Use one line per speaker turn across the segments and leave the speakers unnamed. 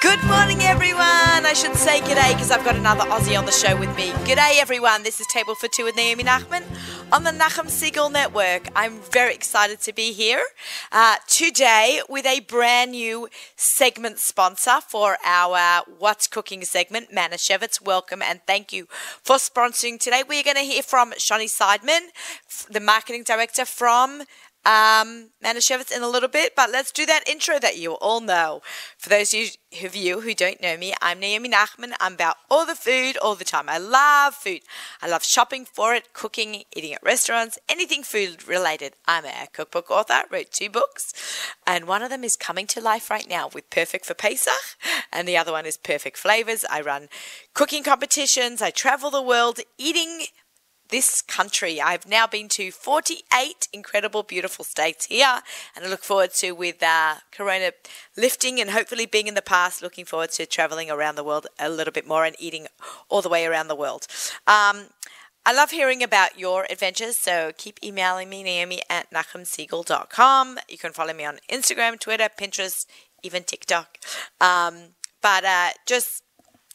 Good morning, everyone. I should say g'day because I've got another Aussie on the show with me. G'day, everyone. This is Table for Two with Naomi Nachman on the Nachum Siegel Network. I'm very excited to be here uh, today with a brand new segment sponsor for our What's Cooking segment, Manischewitz. Welcome and thank you for sponsoring today. We're going to hear from Shani Seidman, f- the marketing director from um, Manischewitz in a little bit, but let's do that intro that you all know. For those you- of you who don't know me, I'm Naomi Nachman. I'm about all the food all the time. I love food. I love shopping for it, cooking, eating at restaurants, anything food related. I'm a cookbook author, wrote two books, and one of them is coming to life right now with Perfect for Pesach, and the other one is Perfect Flavors. I run cooking competitions, I travel the world eating this country. I've now been to 48 incredible, beautiful states here, and I look forward to with uh, Corona lifting and hopefully being in the past. Looking forward to traveling around the world a little bit more and eating all the way around the world. Um, I love hearing about your adventures, so keep emailing me, Naomi at nachumsiegel.com. You can follow me on Instagram, Twitter, Pinterest, even TikTok. Um, but uh, just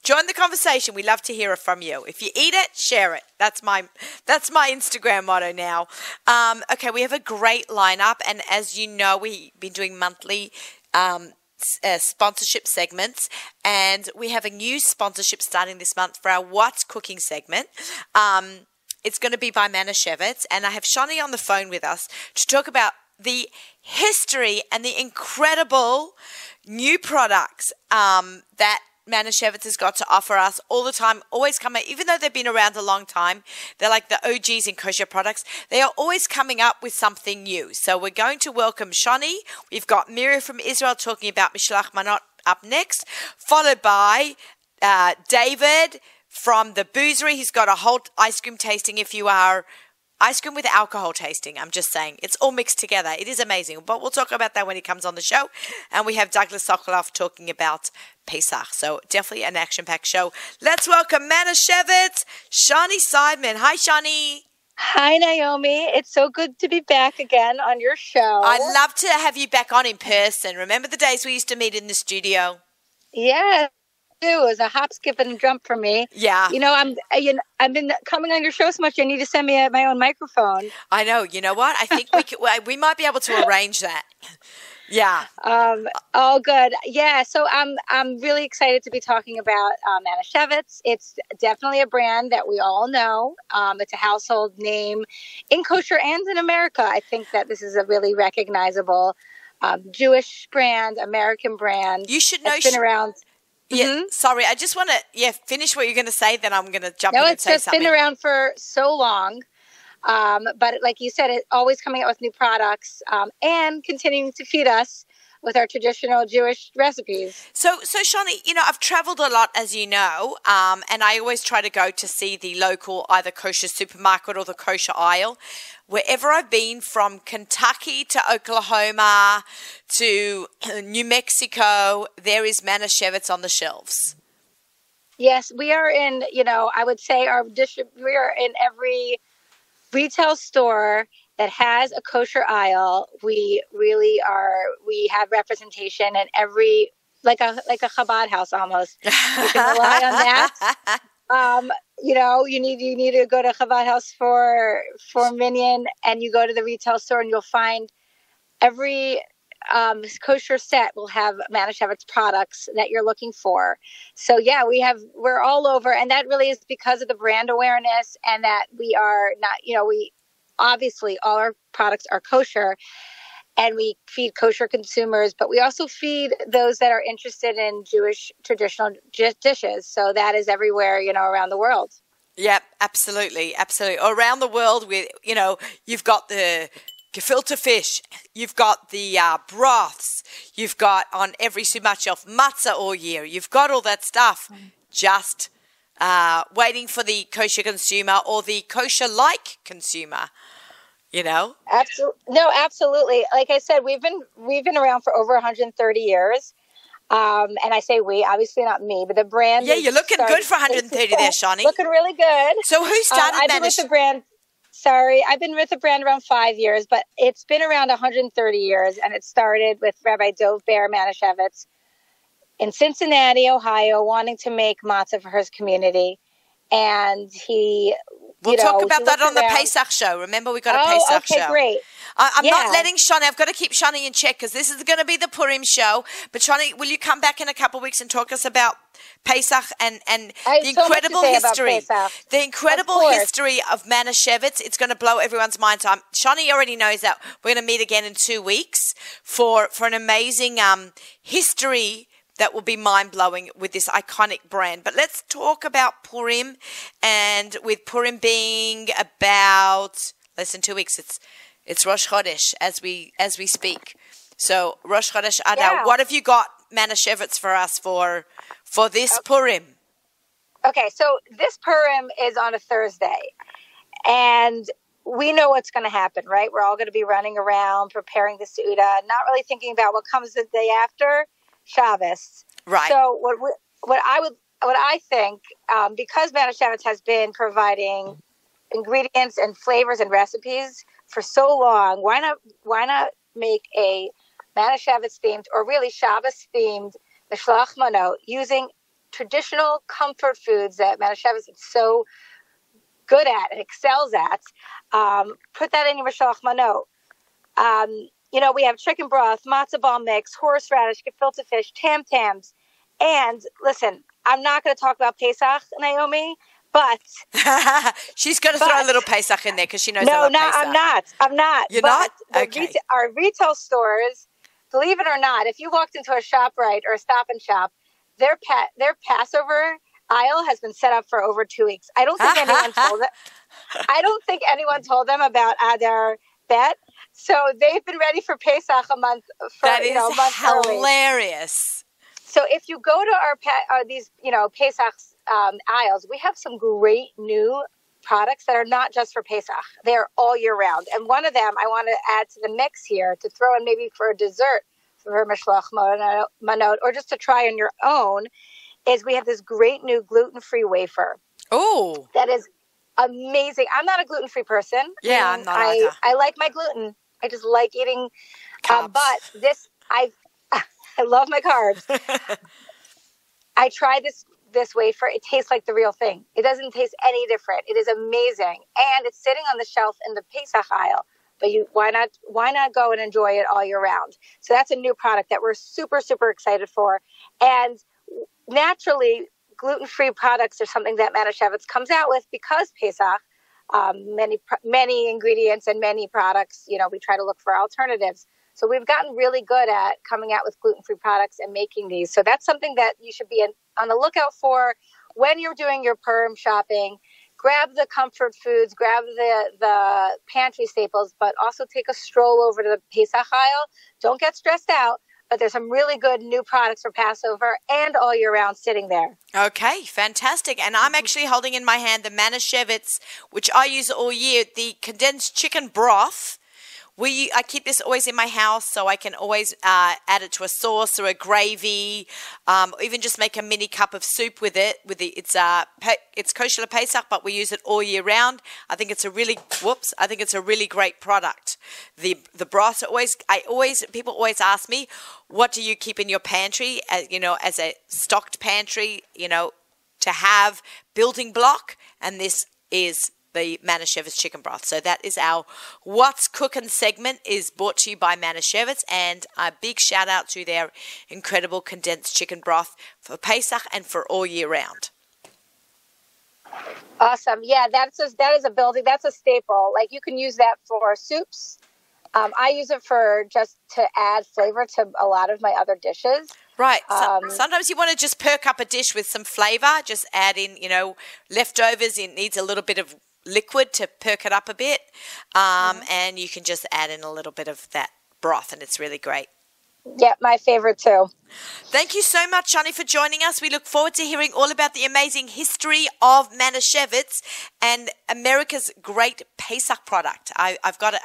join the conversation. We love to hear from you. If you eat it, share it. That's my that's my Instagram motto now. Um, okay, we have a great lineup, and as you know, we've been doing monthly. Um, s- uh, sponsorship segments, and we have a new sponsorship starting this month for our What's Cooking segment. Um, it's going to be by Manischewitz, and I have Shani on the phone with us to talk about the history and the incredible new products um, that Manischewitz has got to offer us all the time. Always come, even though they've been around a long time, they're like the OGs in kosher products. They are always coming up with something new. So we're going to welcome Shani. We've got Mira from Israel talking about Mishlach Manot up next, followed by uh, David from the Boozery. He's got a whole ice cream tasting. If you are ice cream with alcohol tasting, I'm just saying it's all mixed together. It is amazing, but we'll talk about that when he comes on the show. And we have Douglas Sokolov talking about Pesach. So definitely an action-packed show. Let's welcome Manischewitz, Shani Seidman. Hi, Shani.
Hi, Naomi. It's so good to be back again on your show.
I'd love to have you back on in person. Remember the days we used to meet in the studio?
Yeah, it was a hop, skip, and a jump for me.
Yeah.
You know, I'm I- you know, I've been coming on your show so much. I need to send me uh, my own microphone.
I know. You know what? I think we could, we might be able to arrange that. Yeah.
Um,
Ah.
all good. Yeah. So I'm I'm really excited to be talking about um, Manischewitz. It's definitely a brand that we all know. Um, it's a household name in kosher and in America. I think that this is a really recognizable um, Jewish brand, American brand.
You should know.
It's been
Sh-
around
yeah.
Mm-hmm.
Sorry, I just want to yeah finish what you're going to say. Then I'm going to jump
No,
in and
it's
say
just
something.
been around for so long. Um, but like you said, it always coming out with new products um, and continuing to feed us with our traditional Jewish recipes.
So, so Shawnee, you know, I've traveled a lot, as you know, um, and I always try to go to see the local either kosher supermarket or the kosher aisle. Wherever I've been, from Kentucky to Oklahoma to uh, New Mexico, there is Manischewitz on the shelves.
Yes, we are in. You know, I would say our distrib- we are in every retail store that has a kosher aisle. We really are. We have representation in every like a like a Chabad house almost. You can rely on that. um, you know, you need you need to go to Chabad House for for Minion, and you go to the retail store, and you'll find every um, kosher set will have Manischewitz products that you're looking for. So yeah, we have we're all over, and that really is because of the brand awareness, and that we are not, you know, we obviously all our products are kosher. And we feed kosher consumers, but we also feed those that are interested in Jewish traditional j- dishes. So that is everywhere, you know, around the world.
Yep, absolutely, absolutely. Around the world, with you know, you've got the gefilte fish, you've got the uh, broths, you've got on every supermarket shelf matzah all year. You've got all that stuff,
Mm.
just uh, waiting for the kosher consumer or the kosher-like consumer. You know,
Absolutely. No, absolutely. Like I said, we've been we've been around for over 130 years. Um, and I say we, obviously not me, but the brand.
Yeah,
is
you're looking
started-
good for 130 there, Shani.
Looking really good.
so who
Um,
started
I've been with
Manish?
the brand. Sorry, I've been with the brand around five years, but it's been around 130 years, and it started with Rabbi Dov Bear Manischewitz in Cincinnati, Ohio, wanting to make matzah for his community. And he,
We'll
you know,
talk
he
about that
looked
on the
around-
Pesach show. Remember, we got a
Oh,
Pesach
okay,
show.
great.
I, I'm
Yeah.
not letting Shani. I've got to keep Shani in check because this is going to be the Purim show. But Shani, will you come back in a couple of weeks and talk us about Pesach and and
I have
the
so much to
incredible
say about
history,
Pesach.
the incredible
Of course.
history of Manischewitz? It's going to blow everyone's mind. So I'm, Shani already knows that we're going to meet again in two weeks for for an amazing um history. That will be mind blowing with this iconic brand. But let's talk about Purim and with Purim being about less than two weeks. It's it's Rosh Chodesh as we as we speak. So Rosh Chodesh Adar.
Yeah.
What have you got, Manischewitz, for us for for this
Oh,
Purim?
Okay, so this Purim is on a Thursday, and we know what's going to happen, right? We're all going to be running around preparing the Seuda, not really thinking about what comes the day after Shabbos.
Right.
So what we, what I would what I think um, because Manischewitz has been providing ingredients and flavors and recipes for so long, why not why not make a Manischewitz themed or really Shabbos themed mishloach mano using traditional comfort foods that Manischewitz is so good at and excels at. Um, put that in your mishloach mano. Um, you know, we have chicken broth, matzo ball mix, horseradish, gefilte fish, tam tams. And listen, I'm not going to talk about Pesach, Naomi, but
She's going to throw a
But-
little Pesach in there because she knows I
no,
love
no,
Pesach.
I'm not. I'm not.
You're
But
not?
the
Okay.
reta- our retail stores, believe it or not, if you walked into a shop right or a stop and shop, their pa- their Passover aisle has been set up for over two weeks. I don't think anyone told them. I don't think anyone told them about Adar Bet. So they've been ready for Pesach a month for
That is
you know a month early.
hilarious.
So if you go to our pa- uh, these you know Pesach um, aisles, we have some great new products that are not just for Pesach. They're all year round. And one of them I want to add to the mix here to throw in maybe for a dessert for mishloach Mano- manot or just to try on your own is we have this great new gluten-free wafer
Oh,
that is amazing. I'm not a gluten-free person.
Yeah,
I
I'm not
I,
either.
I like my gluten. I just like eating uh,
Carbs.
but this, I, I love my carbs. I tried this this wafer. It tastes like the real thing. It doesn't taste any different. It is amazing, and it's sitting on the shelf in the Pesach aisle. But you, why not? Why not go and enjoy it all year round? So that's a new product that we're super super excited for, and naturally, gluten free products are something that Manischewitz comes out with because Pesach. Um, many pr- many ingredients and many products. You know, we try to look for alternatives. So we've gotten really good at coming out with gluten free products and making these. So that's something that you should be in, on the lookout for when you're doing your perm shopping. Grab the comfort foods, grab the, the pantry staples, but also take a stroll over to the Pesach aisle. Don't get stressed out, but there's some really good new products for Passover and all year round sitting there.
Okay, fantastic. And
Mm-hmm.
I'm actually holding in my hand the Manischewitz, which I use all year, the condensed chicken broth. We I keep this always in my house, so I can always uh, add it to a sauce or a gravy, um, or even just make a mini cup of soup with it. With the, it's uh, pe- it's kosher pesach, but we use it all year round. I think it's a really whoops. I think it's a really great product. The the broth always I always people always ask me, what do you keep in your pantry? As, you know, as a stocked pantry, you know, to have building block, and this is the Manischewitz chicken broth. So that is our What's Cookin' segment is brought to you by Manischewitz, and a big shout out to their incredible condensed chicken broth for Pesach and for all year round.
Awesome. Yeah, that's a, that is a building. That's a staple. Like you can use that for soups. Um, I use it for just to add flavor to a lot of my other dishes.
Right. So,
Um,
sometimes you want to just perk up a dish with some flavor. Just add in, you know, leftovers. It needs a little bit of liquid to perk it up a bit, um, and you can just add in a little bit of that broth, and it's really great.
Yeah, my favorite too.
Thank you so much, Shani, for joining us. We look forward to hearing all about the amazing history of Manischewitz and America's great Pesach product. I, I've got it.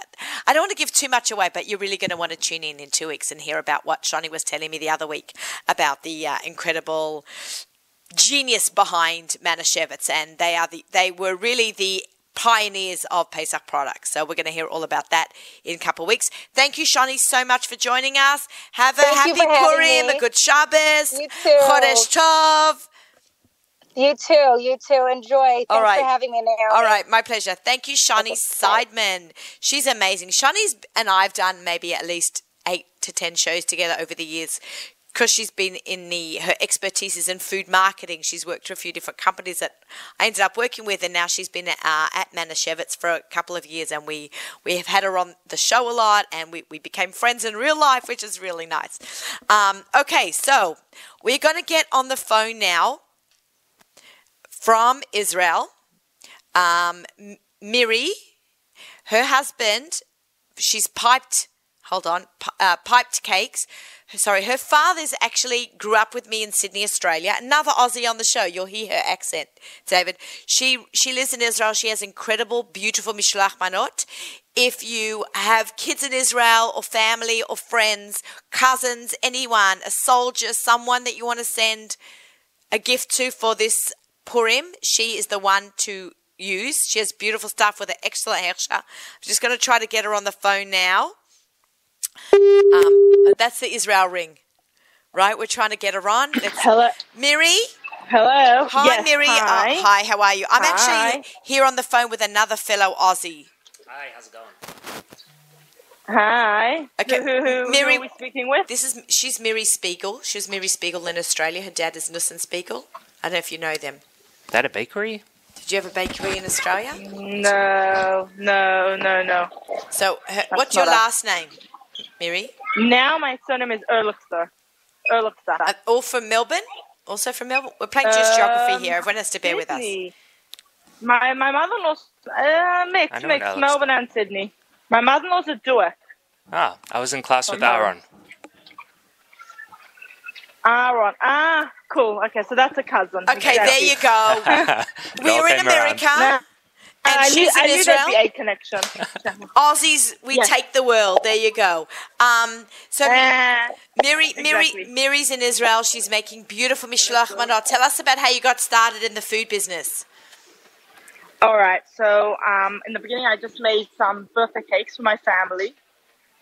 I don't want to give too much away, but you're really going to want to tune in in two weeks and hear about what Shani was telling me the other week about the uh, incredible genius behind Manischewitz, and they are the they were really the pioneers of Pesach products. So we're going to hear all about that in a couple of weeks. Thank you, Shani, so much for joining us. Have a
Thank you
happy
for having
Purim,
me.
a good Shabbos,
You too.
Chodesh Tov.
You too. You too. Enjoy. Thanks
All right.
for having me, Naomi.
All right, my pleasure. Thank you, Shani
Okay, bye.
Seidman. She's amazing. Shani's and I've done maybe at least eight to ten shows together over the years because she's been in the her expertise is in food marketing. She's worked for a few different companies that I ended up working with, and now she's been uh, at Manischewitz for a couple of years, and we we have had her on the show a lot, and we we became friends in real life, which is really nice. Um, okay, so we're gonna get on the phone now from Israel um, M- Miri, her husband, she's piped. Hold on, pi- uh, piped cakes. Sorry, her father's actually grew up with me in Sydney, Australia. Another Aussie on the show. You'll hear her accent, David. She she lives in Israel. She has incredible, beautiful mishloach manot. If you have kids in Israel or family or friends, cousins, anyone, a soldier, someone that you want to send a gift to for this Purim. She is the one to use. She has beautiful stuff with an excellent Hersha. I'm just going to try to get her on the phone now. Um, that's the Israel ring, right? We're trying to get her on. Let's-
Hello.
Miri?
Hello.
Hi,
yes,
Miri. Uh,
Hi.
hi, how are you? I'm
Hi.
actually here on the phone with another fellow Aussie.
Hi, how's it going?
Hi.
Okay,
Who, who, who,
Miri-
who are we speaking with?
This is she's Miri Spiegel. She was Miri Spiegel in Australia. Her dad is Nussen Spiegel. I don't know if you know them.
Is that a bakery?
Did you have a bakery in Australia?
No, no, no, no.
So, her, what's your
not
last
us.
name, Miri?
Now my surname is Erlichsa. Erlichsa.
Uh, all from Melbourne? Also from Melbourne? We're playing just geography
Um,
here. Everyone has to bear with us.
Sydney. My my mother-in-law's uh,
I
mixed,
know
mixed
Erlichsa.
Melbourne and Sydney. My mother-in-law's a Jewish.
Ah, I was in class
Oh,
with
no.
Aaron.
Aaron. Ah, cool. Okay, so that's a cousin.
Okay, there you go.
It all
We're in
came around.
America.
No. I
And
knew,
she's
I
in
knew there'd be
Israel.
a connection.
Aussies, we
Yes.
take the world. There you go. Um, so
Ah.
Miri, Miri,
exactly.
Miri's in Israel. She's making beautiful mishloach manot. Tell us about how you got started in the food business.
All right. So um, in the beginning, I just made some birthday cakes for my family,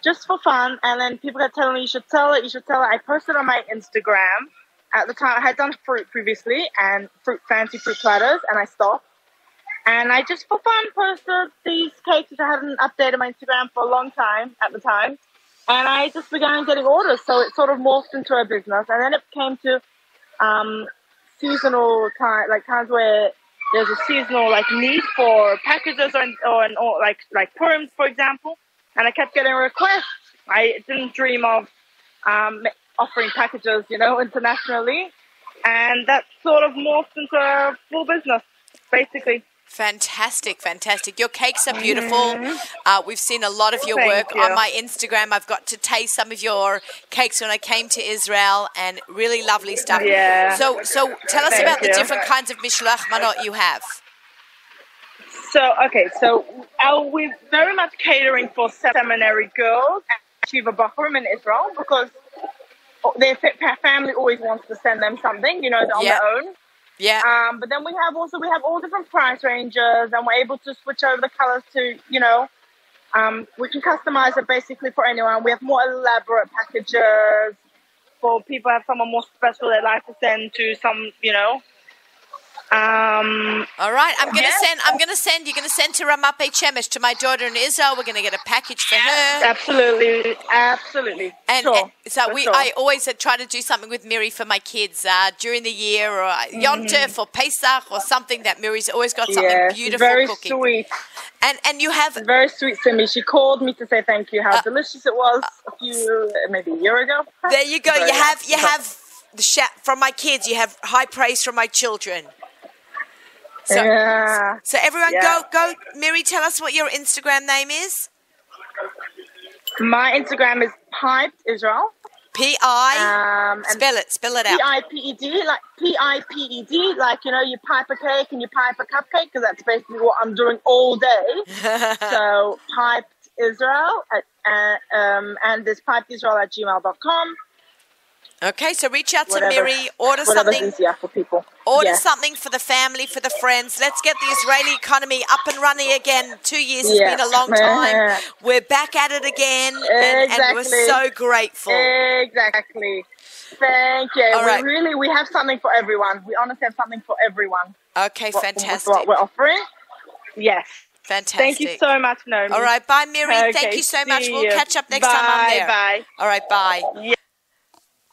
just for fun. And then people kept telling me, "You should sell it. You should sell it." I posted on my Instagram. At the time, I had done fruit previously and fruit fancy fruit platters, and I stopped. And I just for fun posted these cakes, which I hadn't updated my Instagram for a long time at the time. And I just began getting orders, so it sort of morphed into a business. And then it came to um, seasonal time, like times where there's a seasonal like need for packages or, or, an- or like like Purim, for example. And I kept getting requests. I didn't dream of um, offering packages, you know, internationally. And that sort of morphed into a full business, basically.
Fantastic, fantastic. Your cakes are beautiful. Uh, we've seen a lot of your
Thank
work
you.
on my Instagram. I've got to taste some of your cakes when I came to Israel and really lovely stuff.
Yeah.
So, so tell us
Thank
about the
you.
different kinds of mishloach manot you have.
So okay, so uh, we're very much catering for seminary girls at Shiva Bahurim in Israel because their fa- fa- family always wants to send them something, you know, on
Yeah.
their own.
Yeah.
Um, but then we have also we have all different price ranges, and we're able to switch over the colors to you know, um, we can customize it basically for anyone. We have more elaborate packages for people who have someone more special they'd like to send to some you know. Um,
All right. I'm gonna
Yeah.
send. I'm gonna send. You're gonna send to Ramape Chemish to my daughter in Israel. We're gonna get a package for her.
Absolutely, absolutely.
And,
sure.
and so
for
we,
sure.
I always uh, try to do something with Miri for my kids uh, during the year, or uh, Yom
Mm-hmm.
Tov or Pesach or something. That Miri's always got something
yeah,
beautiful
very
cooking.
sweet,
And and you have
very sweet, Simi. She called me to say thank you, how
Uh,
delicious it was a few, maybe a year ago.
there you go.
Very
You have you
nice.
have the sh- from my kids. You have high praise from my children. So,
yeah.
so everyone,
Yeah.
go go. Miri, tell us what your Instagram name is.
My Instagram is piped Israel.
P I.
Um, and
spell it. Spell it out.
P I P E D, like P I P E D, like you know, you pipe a cake and you pipe a cupcake, because that's basically what I'm doing all day. so piped Israel at, uh, um, and there's piped Israel at gmail.com.
Okay, so reach out to
Whatever-
Miri, order
Whatever's
something,
easier for people.
order
Yeah.
something for the family, for the friends. Let's get the Israeli economy up and running again. Two years has
Yeah.
been a long time. We're back at it again, and, and we're
Exactly. Eh,
so grateful.
Exactly. Thank you.
All
we
right.
really we have something for everyone. We honestly have something for everyone.
Okay,
What- with
fantastic,
What we're offering. Yes.
fantastic.
Thank you so much, Naomi.
All right, bye, Miri. Thank
Okay,
you so much.
see
We'll
you.
catch up next time I'm
Bye,
there.
Bye.
All right, bye.
Yeah.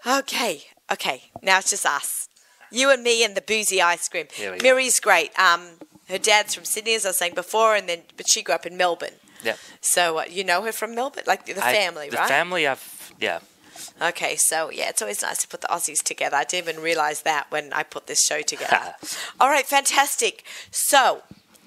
Okay, okay. Now it's just us. You and me and the boozy ice cream.
Here we go.
Miri's great. Um, her dad's from Sydney, as I was saying before, and then but she grew up in Melbourne.
Yeah.
So uh, you know her from Melbourne, like the
I-
family,
the
right?
family, I've yeah.
okay, so yeah, it's always nice to put the Aussies together. I didn't even realize that when I put this show together. All right, fantastic. So,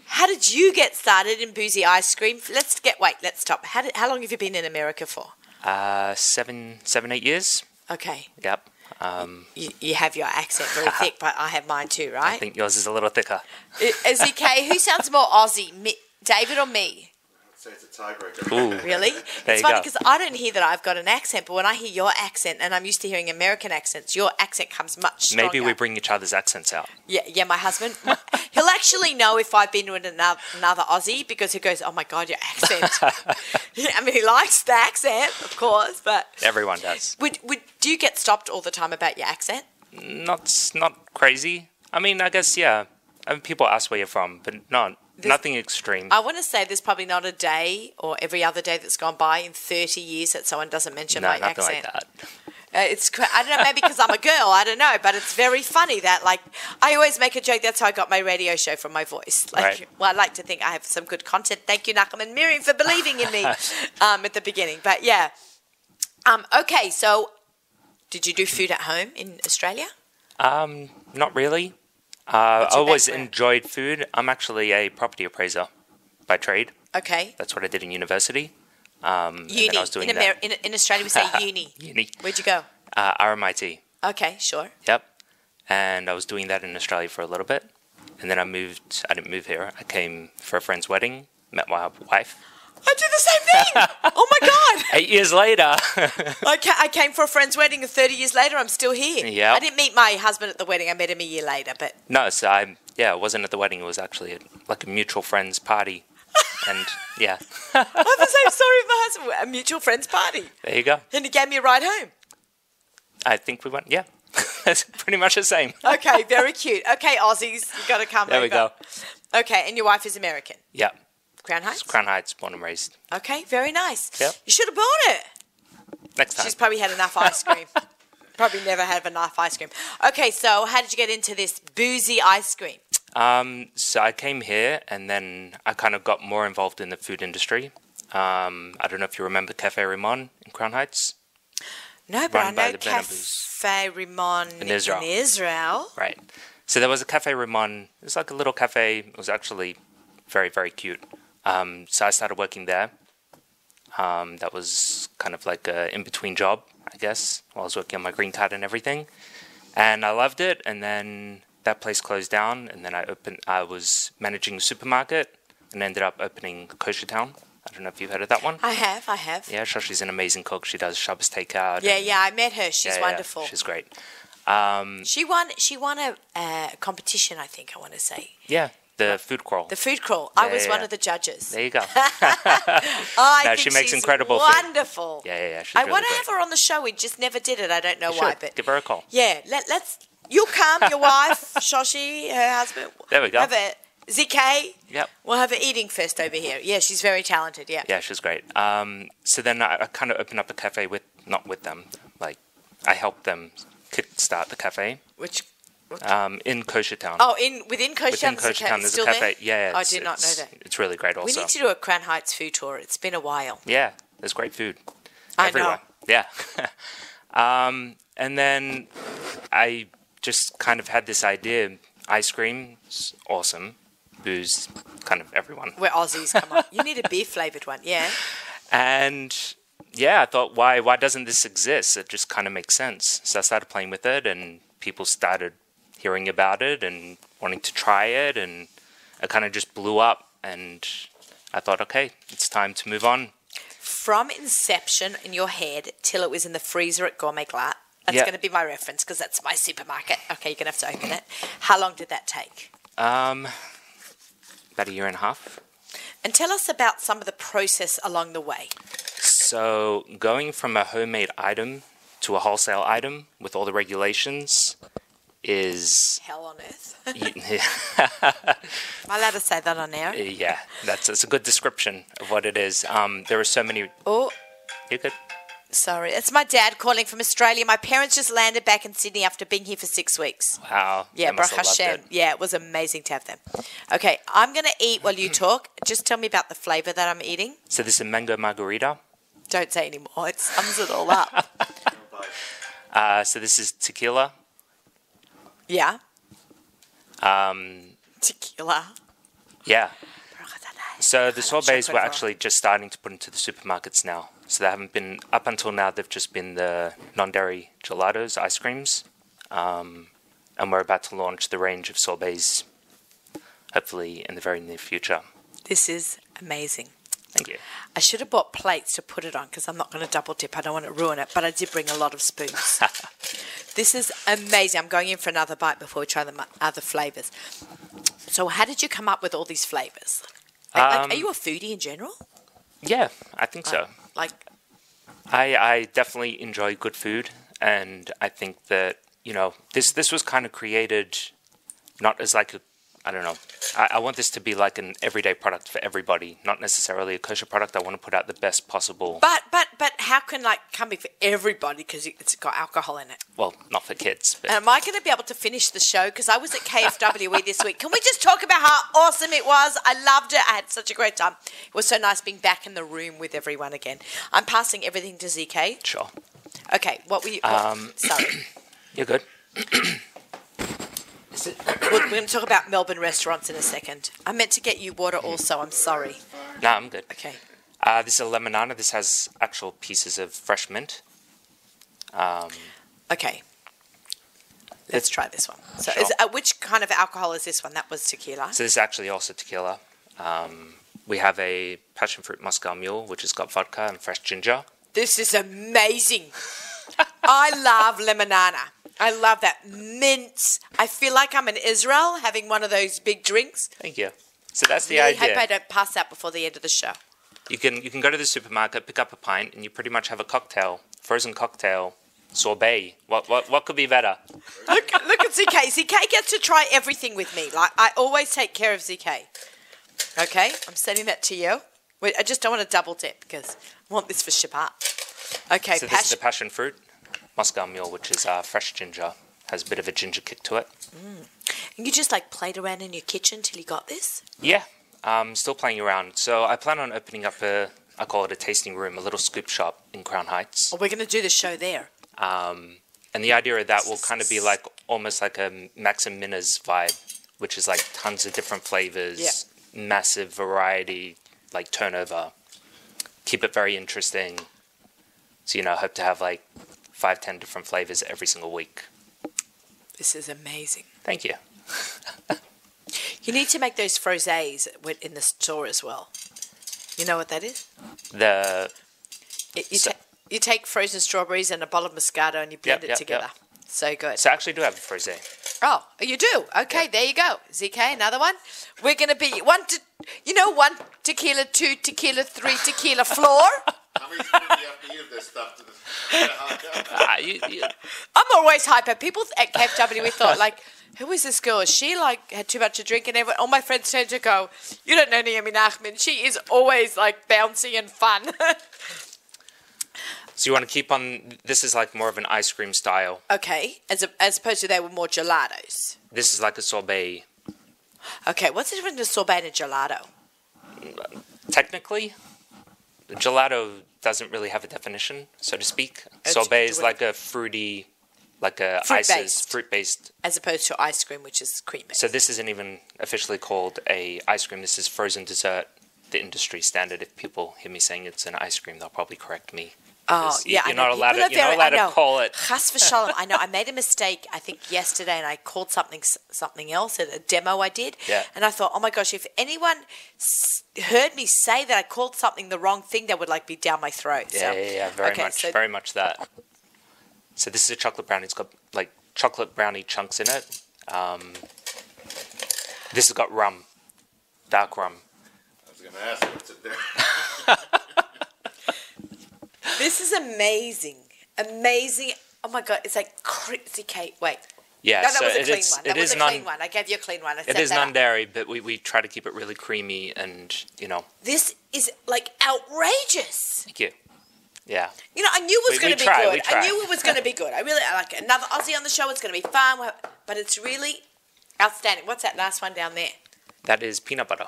how did you get started in boozy ice cream? Let's get wait. Let's stop. How did, how long have you been in America for?
Uh, seven, seven, eight years.
Okay,
Yep. Um,
you, you have your accent very thick, but I have mine too,
I
right?
think yours is a little thicker.
I- Is it Kay? Who sounds more Aussie, me, David or me?
So it's a tiebreaker.
Ooh.
Really?
There
it's
you
funny
go.
because I don't hear that I've got an accent, but when I hear your accent, and I'm used to hearing American accents, your accent comes much stronger.
Maybe we bring each other's accents out.
Yeah, yeah. My husband, he'll actually know if I've been with another, another Aussie because he goes, "Oh my god, your accent." I mean, he likes the accent, of course, but
Everyone does.
would would do you get stopped all the time about your accent?
Not, s- not crazy. I mean, I guess yeah. I mean, people ask where you're from, but not nothing extreme.
I want to say there's probably not a day or every other day that's gone by in 30 years that someone doesn't mention
no,
my
nothing
accent.
like that.
Uh, it's cra- I don't know, maybe because I'm a girl, I don't know, but it's very funny that like I always make a joke. That's how I got my radio show from my voice. Like,
Right.
well, I like to think I have some good content. Thank you, Nakam and Miriam, for believing in me um, at the beginning. But yeah, um, okay. So, did you do food at home in Australia?
Um, not really. Uh, I
your
always
background?
enjoyed food. I'm actually a property appraiser by trade.
Okay,
That's what I did in university. Um, and then I
uni
was doing
in,
that-
Ameri- in in Australia we say uni.
Uni.
Where'd you go?
Uh, RMIT.
Okay, sure.
Yep. And I was doing that in Australia for a little bit. And then I moved, I didn't move here. I came for a friend's wedding, met my wife.
I did the same thing. oh my god.
Eight years later.
I, ca- I came for a friend's wedding, and 30 years later, I'm still here.
Yep.
I didn't meet my husband at the wedding. I met him a year later, but
no, so I, yeah, I wasn't at the wedding. It was actually at, like a mutual friend's party. And yeah,
I have the same story with my husband. A mutual friend's party,
there you go.
and he gave me a ride home.
I think we went, yeah, that's pretty much the same.
Okay, very cute. Okay, Aussies, you got to come
There
over.
we go.
Okay, and your wife is American,
Yeah.
Crown Heights.
Crown Heights, born and raised.
Okay, very nice.
Yep.
You should have bought it.
Next time.
She's probably had enough ice cream. probably never had enough ice cream. Okay, so how did you get into this boozy ice cream?
Um, so I came here and then I kind of got more involved in the food industry. Um, I don't know if you remember Cafe Ramon in Crown Heights.
No, but I
Run by
know
the Benabus.
Cafe Rimon in
Israel.
Israel.
Right. So there was a Cafe Ramon. It was like a little cafe. It was actually very, very cute. Um, so I started working there. Um, that was kind of like a in between job, I guess, while I was working on my green card and everything. And I loved it. And then that place closed down. And then I opened. I was managing a supermarket and ended up opening Kosher Town. I don't know if you've heard of that one.
I have, I have.
Yeah, Shoshi's an amazing cook. She does Shabbos takeout.
Yeah,
and-
yeah, I met her. She's
yeah, yeah,
wonderful.
She's great.
She won. She won a uh, competition. I think I want to say
Yeah, the food crawl.
the food crawl. I
Yeah,
was
yeah,
one
yeah.
of the judges. Oh,
there you go.
I
No,
think
she makes
she's
incredible food.
Wonderful.
Yeah, yeah, yeah, she's
I
really
want to
great.
have her on the show. We just never did it. I don't know
You
why,
should.
but
give her a call.
yeah, let, let's. You'll come. Your wife, Shoshi, her husband.
There we go.
Have a ZK.
Yep.
We'll have her eating first over here. Yeah, she's very talented. Yeah.
Yeah, she's great. Um, so then I, I kind of opened up a cafe with not with them, like I helped them kickstart the cafe
Which
um, in Kosher Town.
oh, in within
Within
Koshan,
Kosher Town, there's
still
a cafe.
there. Oh,
Yeah,
I
it's-
did not know
it's-
that.
It's really great.
We
Also,
need to do a Crown Heights food tour. It's been a while.
yeah, there's great food
I know.
everywhere. Yeah. um, and then I just kind of had this idea: ice cream's awesome, booze, kind of everyone.
We're Aussies. Come on, you need a beer flavored one. Yeah.
and yeah, I thought, why why doesn't this exist? It just kind of makes sense. So I started playing with it, and people started hearing about it and wanting to try it, and it kind of just blew up. And I thought, okay, it's time to move on.
From inception in your head till it was in the freezer at Gourmet Glut, That's
Yeah.
going to be my reference because that's my supermarket. Okay, you're going to have to open it. How long did that take?
Um, about a year and a half.
And tell us about some of the process along the way.
So going from a homemade item to a wholesale item with all the regulations is
Hell on earth. Am
yeah,
I allowed to say that on
Eh.
air?
that's, that's a good description of what it is. Um, there are so many.
Oh,
You could.
sorry. It's my dad calling from Australia. My parents just landed back in Sydney after being here for six weeks.
Wow.
Yeah,
they must
Baruch
have loved
Hashem.
it.
Yeah, it was amazing to have them. Okay, I'm going to eat while you talk. Just tell me about the flavor that I'm eating.
So this is mango margarita.
Don't say anymore. It sums it all up.
Uh, so this is tequila.
Yeah.
Um,
Tequila.
yeah. So the sorbets we're actually just starting to put into the supermarkets now. So they haven't been up until now. They've just been the non-dairy gelatos, ice creams, um, and we're about to launch the range of sorbets, hopefully in the very near future.
This is amazing.
Thank you.
I should have bought plates to put it on because I'm not going to double dip. I don't want to ruin it, but I did bring a lot of spoons. this is amazing. I'm going in for another bite before we try the mu- other flavors. So, how did you come up with all these flavors? Like, like,
Um,
are you a foodie in general?
Yeah, I think so.
Like,
I, I definitely enjoy good food, and I think that you know this this was kind of created not as like a I don't know. I, I want this to be like an everyday product for everybody, not necessarily a kosher product. I want to put out the best possible.
but but but how can like come be for everybody because it's got alcohol in it?
well, not for kids. But
And am I going to be able to finish the show? Because I was at KFWE E this week. Can we just talk about how awesome it was? I loved it. I had such a great time. It was so nice being back in the room with everyone again. I'm passing everything to ZK.
sure,
Okay, what were you? What, sorry.
you're good.
We're, we're going to talk about Melbourne restaurants in a second. I meant to get you water also. I'm sorry.
No, I'm good.
Okay.
Uh, this is a lemonade. This has actual pieces of fresh mint.
Okay. Let's try this one. So,
Sure.
is, uh, which kind of alcohol is this one? That was tequila.
So this is actually also tequila. Um, we have a passion fruit Moscow Mule, which has got vodka and fresh ginger.
This is amazing. I love lemonana. I love that mints. I feel like I'm in Israel having one of those big drinks.
Thank you. So that's the
I
idea.
hope I don't pass out before the end of the show.
You can you can go to the supermarket, pick up a pint, and you pretty much have a cocktail, frozen cocktail, sorbet. What what what could be better?
Look, look at ZK. ZK gets to try everything with me. Like I always take care of ZK. Okay, I'm sending that to you. Wait, I just don't want to double dip because I want this for Shabbat. Okay,
So this is
Pash.
the passion fruit, Moscow Mule, which is uh, fresh ginger, has a bit of a ginger kick to it.
you just like played around in your kitchen till you got this.
Yeah, um, still playing around. So I plan on opening up a I call it a tasting room, a little scoop shop in Crown Heights.
Well, we're going to do the show there.
Um, and the idea of that will kind of be like almost like a Max and Minna's vibe, which is like tons of different flavors, massive variety, like turnover. Keep it very interesting. So you know, hope to have like five, ten different flavors every single week.
This is amazing.
Thank you.
You need to make those frosés with- in the store as well. You know what that is?
The
It, you,
So-
ta- you take frozen strawberries and a bottle of Moscato and you blend
Yep,
it
yep,
together. So good.
so I actually do have a frosé.
oh, you do? Okay, there you go. ZK, another one. We're going to be one, to, you know, one tequila, two tequila, three tequila floor.
How many people do you have to give this stuff to the
Ah, you- you-
I'm always hyper. People at KFW thought, like, who is this girl? She, like, had too much to drink. And everyone, all my friends turned to go, you don't know Naomi Nachman. She is always, like, bouncy and fun.
so you want to keep on? This is like more of an ice cream style.
Okay, as a, as opposed to they were more gelatos.
This is like a sorbet.
Okay, what's the difference between a sorbet and a gelato?
technically, gelato doesn't really have a definition, so to speak.
It's-
Sorbet is
it's-
like a fruity, like a
Fruit-based.
ices fruit based.
As opposed to ice cream, which is creamy.
So this isn't even officially called a ice cream. This is frozen dessert, the industry standard. If people hear me saying it's an ice cream, they'll probably correct me.
oh,
because you-
yeah, I
you're
know.
not allowed.
People
To,
are
you're not
very-
allowed
I
to
know.
call it.
Chas v'shalom. I know. I made a mistake. I think yesterday, and I called something s- something else at a demo I did.
Yeah.
And I thought, oh my gosh, if anyone s- heard me say that I called something the wrong thing, that would like be down my throat.
Yeah,
so,
yeah, yeah, very
okay,
much,
so
very much that. So this is a chocolate brownie. It's got like chocolate brownie chunks in it. Um, this has got rum, dark rum.
I was going to ask what's in there.
This is amazing. Amazing. Oh my god, it's like crazy cake. Wait.
Yeah,
No, that
so
was a
it
clean
is-
one. That
it
was
is
a
non
clean one. I gave you a clean one. I
it
set
is
that up.
non dairy, but we, we try to keep it really creamy and you know
This is like outrageous.
cute. Yeah,
You know, I knew it was
We-
going
we
to be
try, we
good. I
try.
knew it was going to be good. I really I like it. another Aussie on the show. It's going to be fun. We'll- But it's really outstanding. What's that last one down there?
that is peanut butter.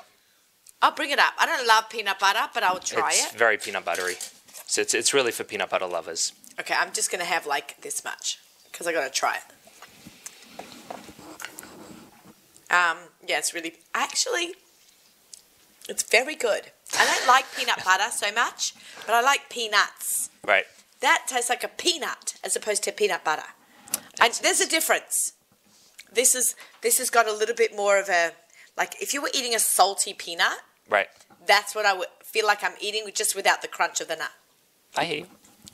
I'll bring it up. I don't love peanut butter, but I'll try
it's
it.
very peanut buttery. So it's it's really for peanut butter lovers.
Okay, I'm just going to have like this much because I got to try it. Um, yeah, it's really actually it's very good. I don't like peanut butter so much, but I like peanuts.
Right.
That tastes like a peanut as opposed to peanut butter. And there's a difference. This is this has got a little bit more of a like if you were eating a salty peanut,
Right.
that's what I would feel like I'm eating just without the crunch of the nut,
I hear you.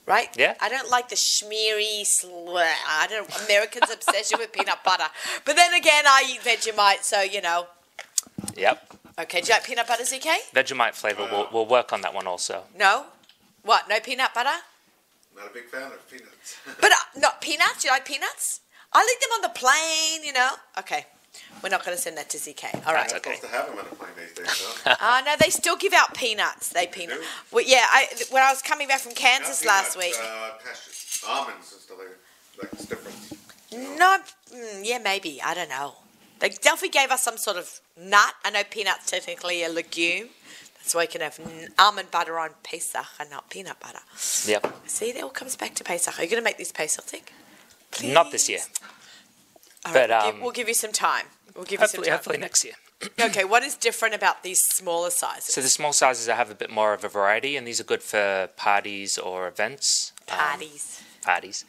right?
Yeah.
I don't like the schmeary sl- I don't Americans obsession with peanut butter. But then again, I eat Vegemite, so you know.
Yep.
Okay, do you like peanut butter, ZK?
Vegemite flavor. We'll, we'll work on that one also.
No. What? No peanut butter?
Not a big fan of peanuts.
But uh, not peanuts. You like peanuts? I leave them on the plane, you know. Okay, we're not going to send that to ZK. All right.
That's
You're not
okay.
supposed to have them on a plane these days, though.
Uh, no, they still give out peanuts. They peanut.
do?
Well, yeah. I when I was coming back from
Not
Kansas last week.
peanuts, Uh, cashews, almonds and stuff like that. Like, it's different.
No. Mm, yeah, maybe. I don't know. They definitely gave us some sort of nut. I know peanuts technically a legume. That's why you can have n- almond butter on Pesach and not peanut butter.
Yep.
See, it all comes back to Pesach. Are you going to make this Pesach thing?
Not this year.
All right,
But,
we'll,
um,
give, we'll give you some time. We'll give you some
Hopefully,
time.
hopefully next year.
Okay, what is different about these smaller sizes?
So the small sizes I have a bit more of a variety, and these are good for parties or events. Um,
Parties.
parties.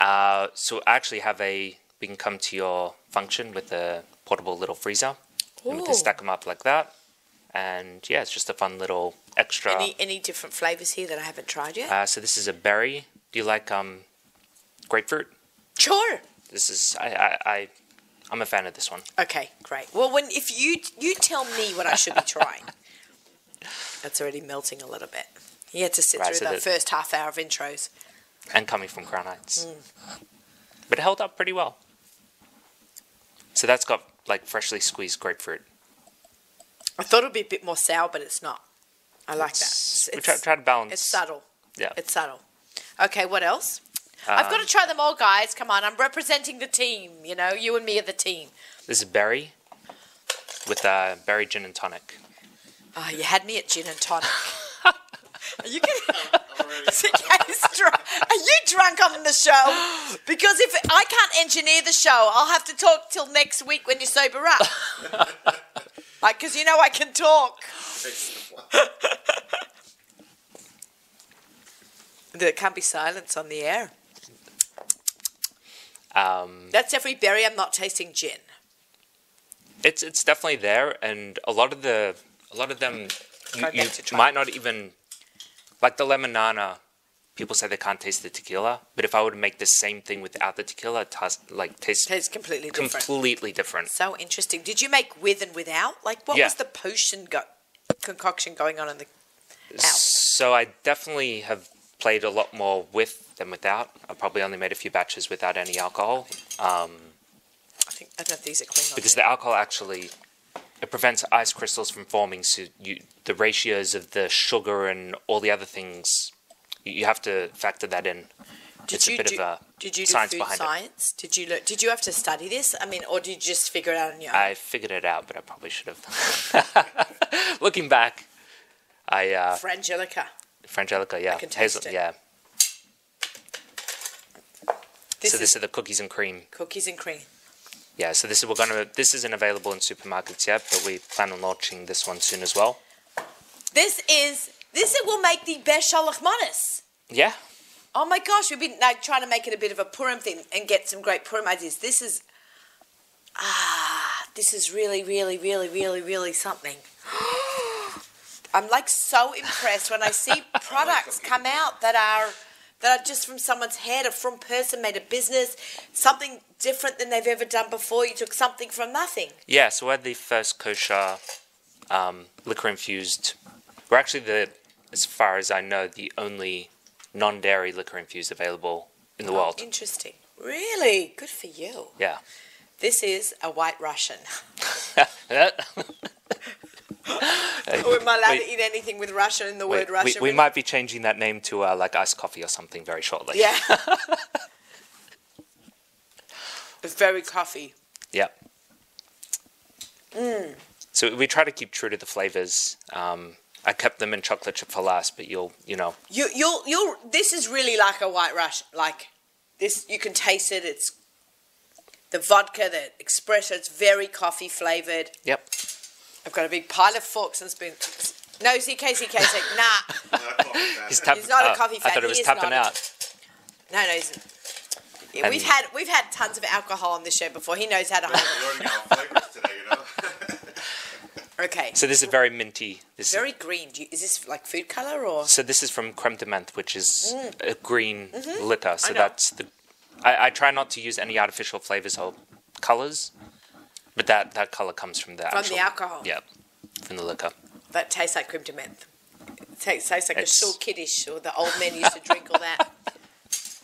Uh, so I actually have a. We can come to your function with a portable little freezer, and we
Ooh.
can stack them up like that. And yeah, it's just a fun little extra.
any any different flavors here that I haven't tried yet?
Uh, so this is a berry. Do you like um, grapefruit?
sure.
This is I, I I I'm a fan of this one.
Okay, great. Well, when if you you tell me what I should be trying, that's already melting a little bit. You had to sit
Right,
through
so
that
the-
first half hour of intros.
and coming from Crown Heights.
Mm.
But it held up pretty well. So that's got like freshly squeezed grapefruit.
I thought it would be a bit more sour, but it's not. I like
It's-
that.
we
It's,
try, try to balance.
it's subtle.
Yeah.
It's subtle. Okay, what else? I've
Um,
got to try them all, guys. Come on, I'm representing the team. You know, you and me are the team.
This is berry with uh, berry gin and tonic.
Oh, you had me at gin and tonic. Are you kidding?
Already.
He's drunk. Are you drunk on the show? Because if I can't engineer the show, I'll have to talk till next week when you sober up. like, because you know I can talk.
Takes a while.
There can't be silence on the air.
Um,
That's every berry. I'm not tasting gin.
it's it's definitely there, and a lot of the a lot of them you,
Try
you
not to try.
might not even like the lemon nana. People say they can't taste the tequila, but if I were to make the same thing without the tequila, it tas- like tastes
Tastes completely different.
completely different.
so interesting. Did you make with and without? Like, what
Yeah.
was the potion go- concoction going on in the out?
So I definitely have played a lot more with than without. I probably only made a few batches without any alcohol um,
I think I don't know if these are clean. or
because the alcohol actually it prevents ice crystals from forming. So you, the ratios of the sugar and all the other things you, you have to factor that in.
Did
it's
you
a bit
do,
of a
did you do
science
food
behind
science? Did you look, did you have to study this? I mean, or did you just figure it out on your
it.
own?
I figured it out, but I probably should have. Looking back, I uh,
Frangelica.
Frangelica, yeah,
can
Hazel-
taste it.
yeah.
This
so
is
this are the cookies and cream.
cookies and cream.
Yeah, so this is we're gonna this isn't available in supermarkets yet, but we plan on launching this one soon as well.
This is this will make the best shalachmanis.
Yeah.
Oh my gosh, we've been like trying to make it a bit of a Purim thing and get some great Purim ideas. This is ah, this is really, really, really, really, really something.
Oh
I'm like so impressed when I see products come out that are that are just from someone's head. A from person made a business, something different than they've ever done before. You took something from nothing.
Yeah, so we're the first kosher um, liquor infused. We're actually the, as far as I know, the only non dairy liquor infused available in the
Oh,
world.
Interesting. Really good for you.
Yeah.
This is a white Russian. Or am I allowed to
Wait,
eat anything with Russia and the
wait,
word Russia?
we, we
in it?
might be changing that name to uh, like iced coffee or something very shortly.
Yeah. it's very coffee.
Yeah.
Mm.
So we try to keep true to the flavors. Um, I kept them in chocolate chip for last, but you'll, you know,
You you'll you'll this is really like a white Russian. Like this you can taste it, it's the vodka, the espresso, it's very coffee flavored.
yep.
I've got a big pile of forks and spoons. No, ZK, ZK, ZK. Nah.
He's,
That's
tap-
He's not a
oh,
coffee
I
fan,
thought it
he
was
is
tapping
not.
out.
No, no, he's- yeah, we've
And-
had we've had tons of alcohol on this show before. He knows how to handle
learning our flavors today, you know.
it. Okay.
So this is very minty. This
very green. Do you, is this like food color or?
So this is from creme de menthe, which is a green liquor. So
Mm. Mm-hmm. know.
that's the. I, I try not to use any artificial flavors or colors, but that that color comes from the
From
actual,
the alcohol.
Yeah, from the liquor.
That tastes like creme de menthe. It tastes, tastes like
It's-
a shul kiddish, or the old men used to drink all that.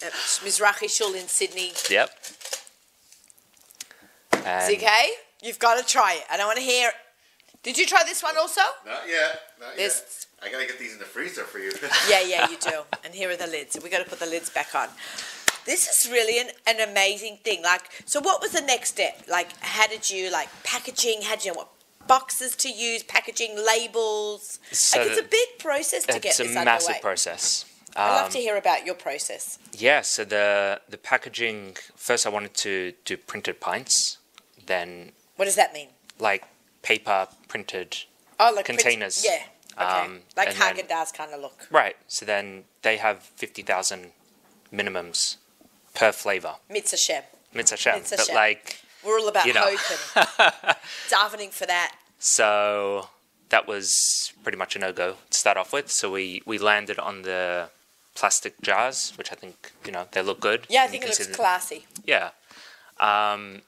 At Mizrahi shul in Sydney.
Yep. And
ZK, you've got to try it. I don't want to hear. Did you try this one also?
not yet. Not
This-
yet. I gotta get these in the freezer for you.
Yeah, yeah, you do. And here are the lids. We got to put the lids back on. This is really an, an amazing thing. Like, so what was the next step? Like, how did you like packaging? How did you know what boxes to use? Packaging labels.
So
like, it's a big process to get
it's
this
a
underway.
massive um, process.
I'd love to hear about your process.
Yeah, so the the packaging first I wanted to do printed pints, then
What does that mean?
like paper printed
Oh, like
Containers.
print- yeah. Okay.
Um,
like
and then-
Haagen Dazs kind of look.
Right. So then they have 50,000 minimums per flavor.
Mitzvah Shem.
Mitzvah Shem.
Mitzvah
But
Shem.
like,
We're all about
You know.
hope and davening for that.
so that was pretty much a no go to start off with. So we, we landed on the plastic jars, which I think, you know, they look good.
Yeah, I
and you
think it
can
looks
see the-
classy.
Yeah. Um,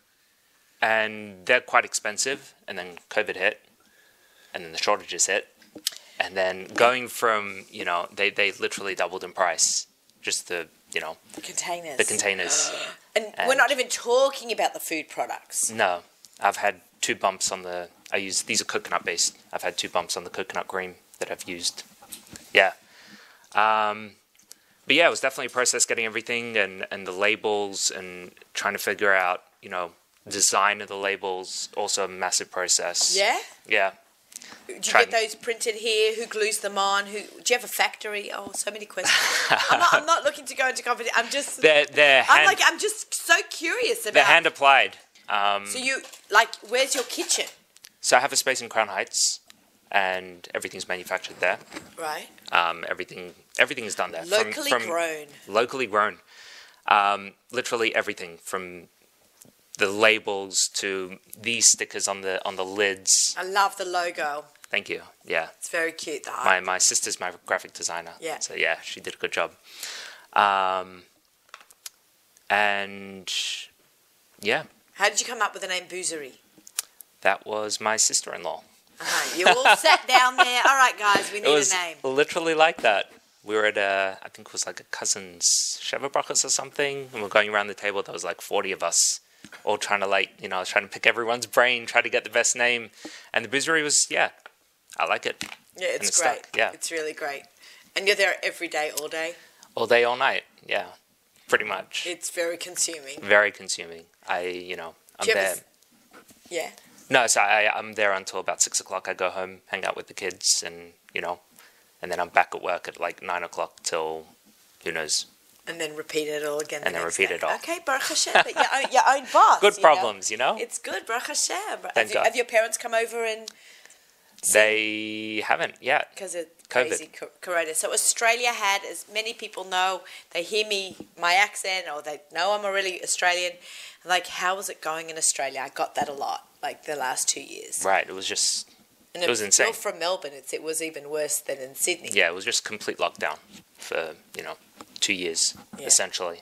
and they're quite expensive. And then COVID hit. And then the shortages hit. And then going from, you know, they, they literally doubled in price. Just the, you know,
Containers.
the containers.
and,
and- Mm.
we're not even talking about the food products.
No, I've had two bumps on the. I use these are coconut based. I've had two bumps on the coconut cream that I've used. Yeah, um, but yeah, it was definitely a process getting everything and and the labels and trying to figure out you know design of the labels. Also a massive process.
Yeah?
Yeah.
Do you
Trying-
get those printed here? Who glues them on? Who? Do you have a factory? Oh, so many questions. I'm, not, I'm not looking to go into competition. I'm just.
They're they're
I'm
hand,
like I'm just so curious about.
they're hand applied. Um,
so you like where's your kitchen?
so I have a space in Crown Heights, and everything's manufactured there.
Right.
Um, everything everything is done there. From-
Locally
from-
grown.
locally grown. Um, literally everything from the labels to these stickers on the on the lids.
I love the logo.
Thank you. Yeah,
It's very cute. The
my my sister's my graphic designer.
Yeah.
So yeah, she did a good job. Um, and yeah,
How did you come up with the name Boozery?
that was my sister-in-law.
Uh-huh. You all sat down there. All right, guys, we
It
need
was
a name.
literally like that. We were at a, I think it was like a cousin's Chevrolet or something, and we are going around the table. There was like forty of us, all trying to like, you know, I was trying to pick everyone's brain, try to get the best name. And the boozery was, yeah, I like it.
Yeah,
and
it's
it
great.
stuck, yeah.
It's really great. And you're there every day, all day.
All day, all night. Yeah, pretty much.
It's very consuming.
Very consuming. I, you know, I'm
Do you
there.
ever- Yeah.
No, so I, I'm there until about six o'clock. I go home, hang out with the kids, and you know, and then I'm back at work at like nine o'clock till who knows.
And then repeat it all again.
And
the
then
next
repeat
day.
it all.
Okay, Baruch Hashem. But your own, your own boss.
Good
Oh, you know?
problems, you know.
It's good, Baruch Hashem. have,
Thank
you,
God.
have your parents come over and
They haven't yet.
because of
COVID.
crazy co- corona. So Australia had, as many people know, they hear me my accent or they know I'm a really Australian. Like, how is it going in Australia? I got that a lot, like the last two years.
Right. It was just
And
It was
if
insane.
You're from Melbourne. It's, it was even worse than in Sydney.
yeah, it was just complete lockdown for you know two years,
Yeah.
essentially.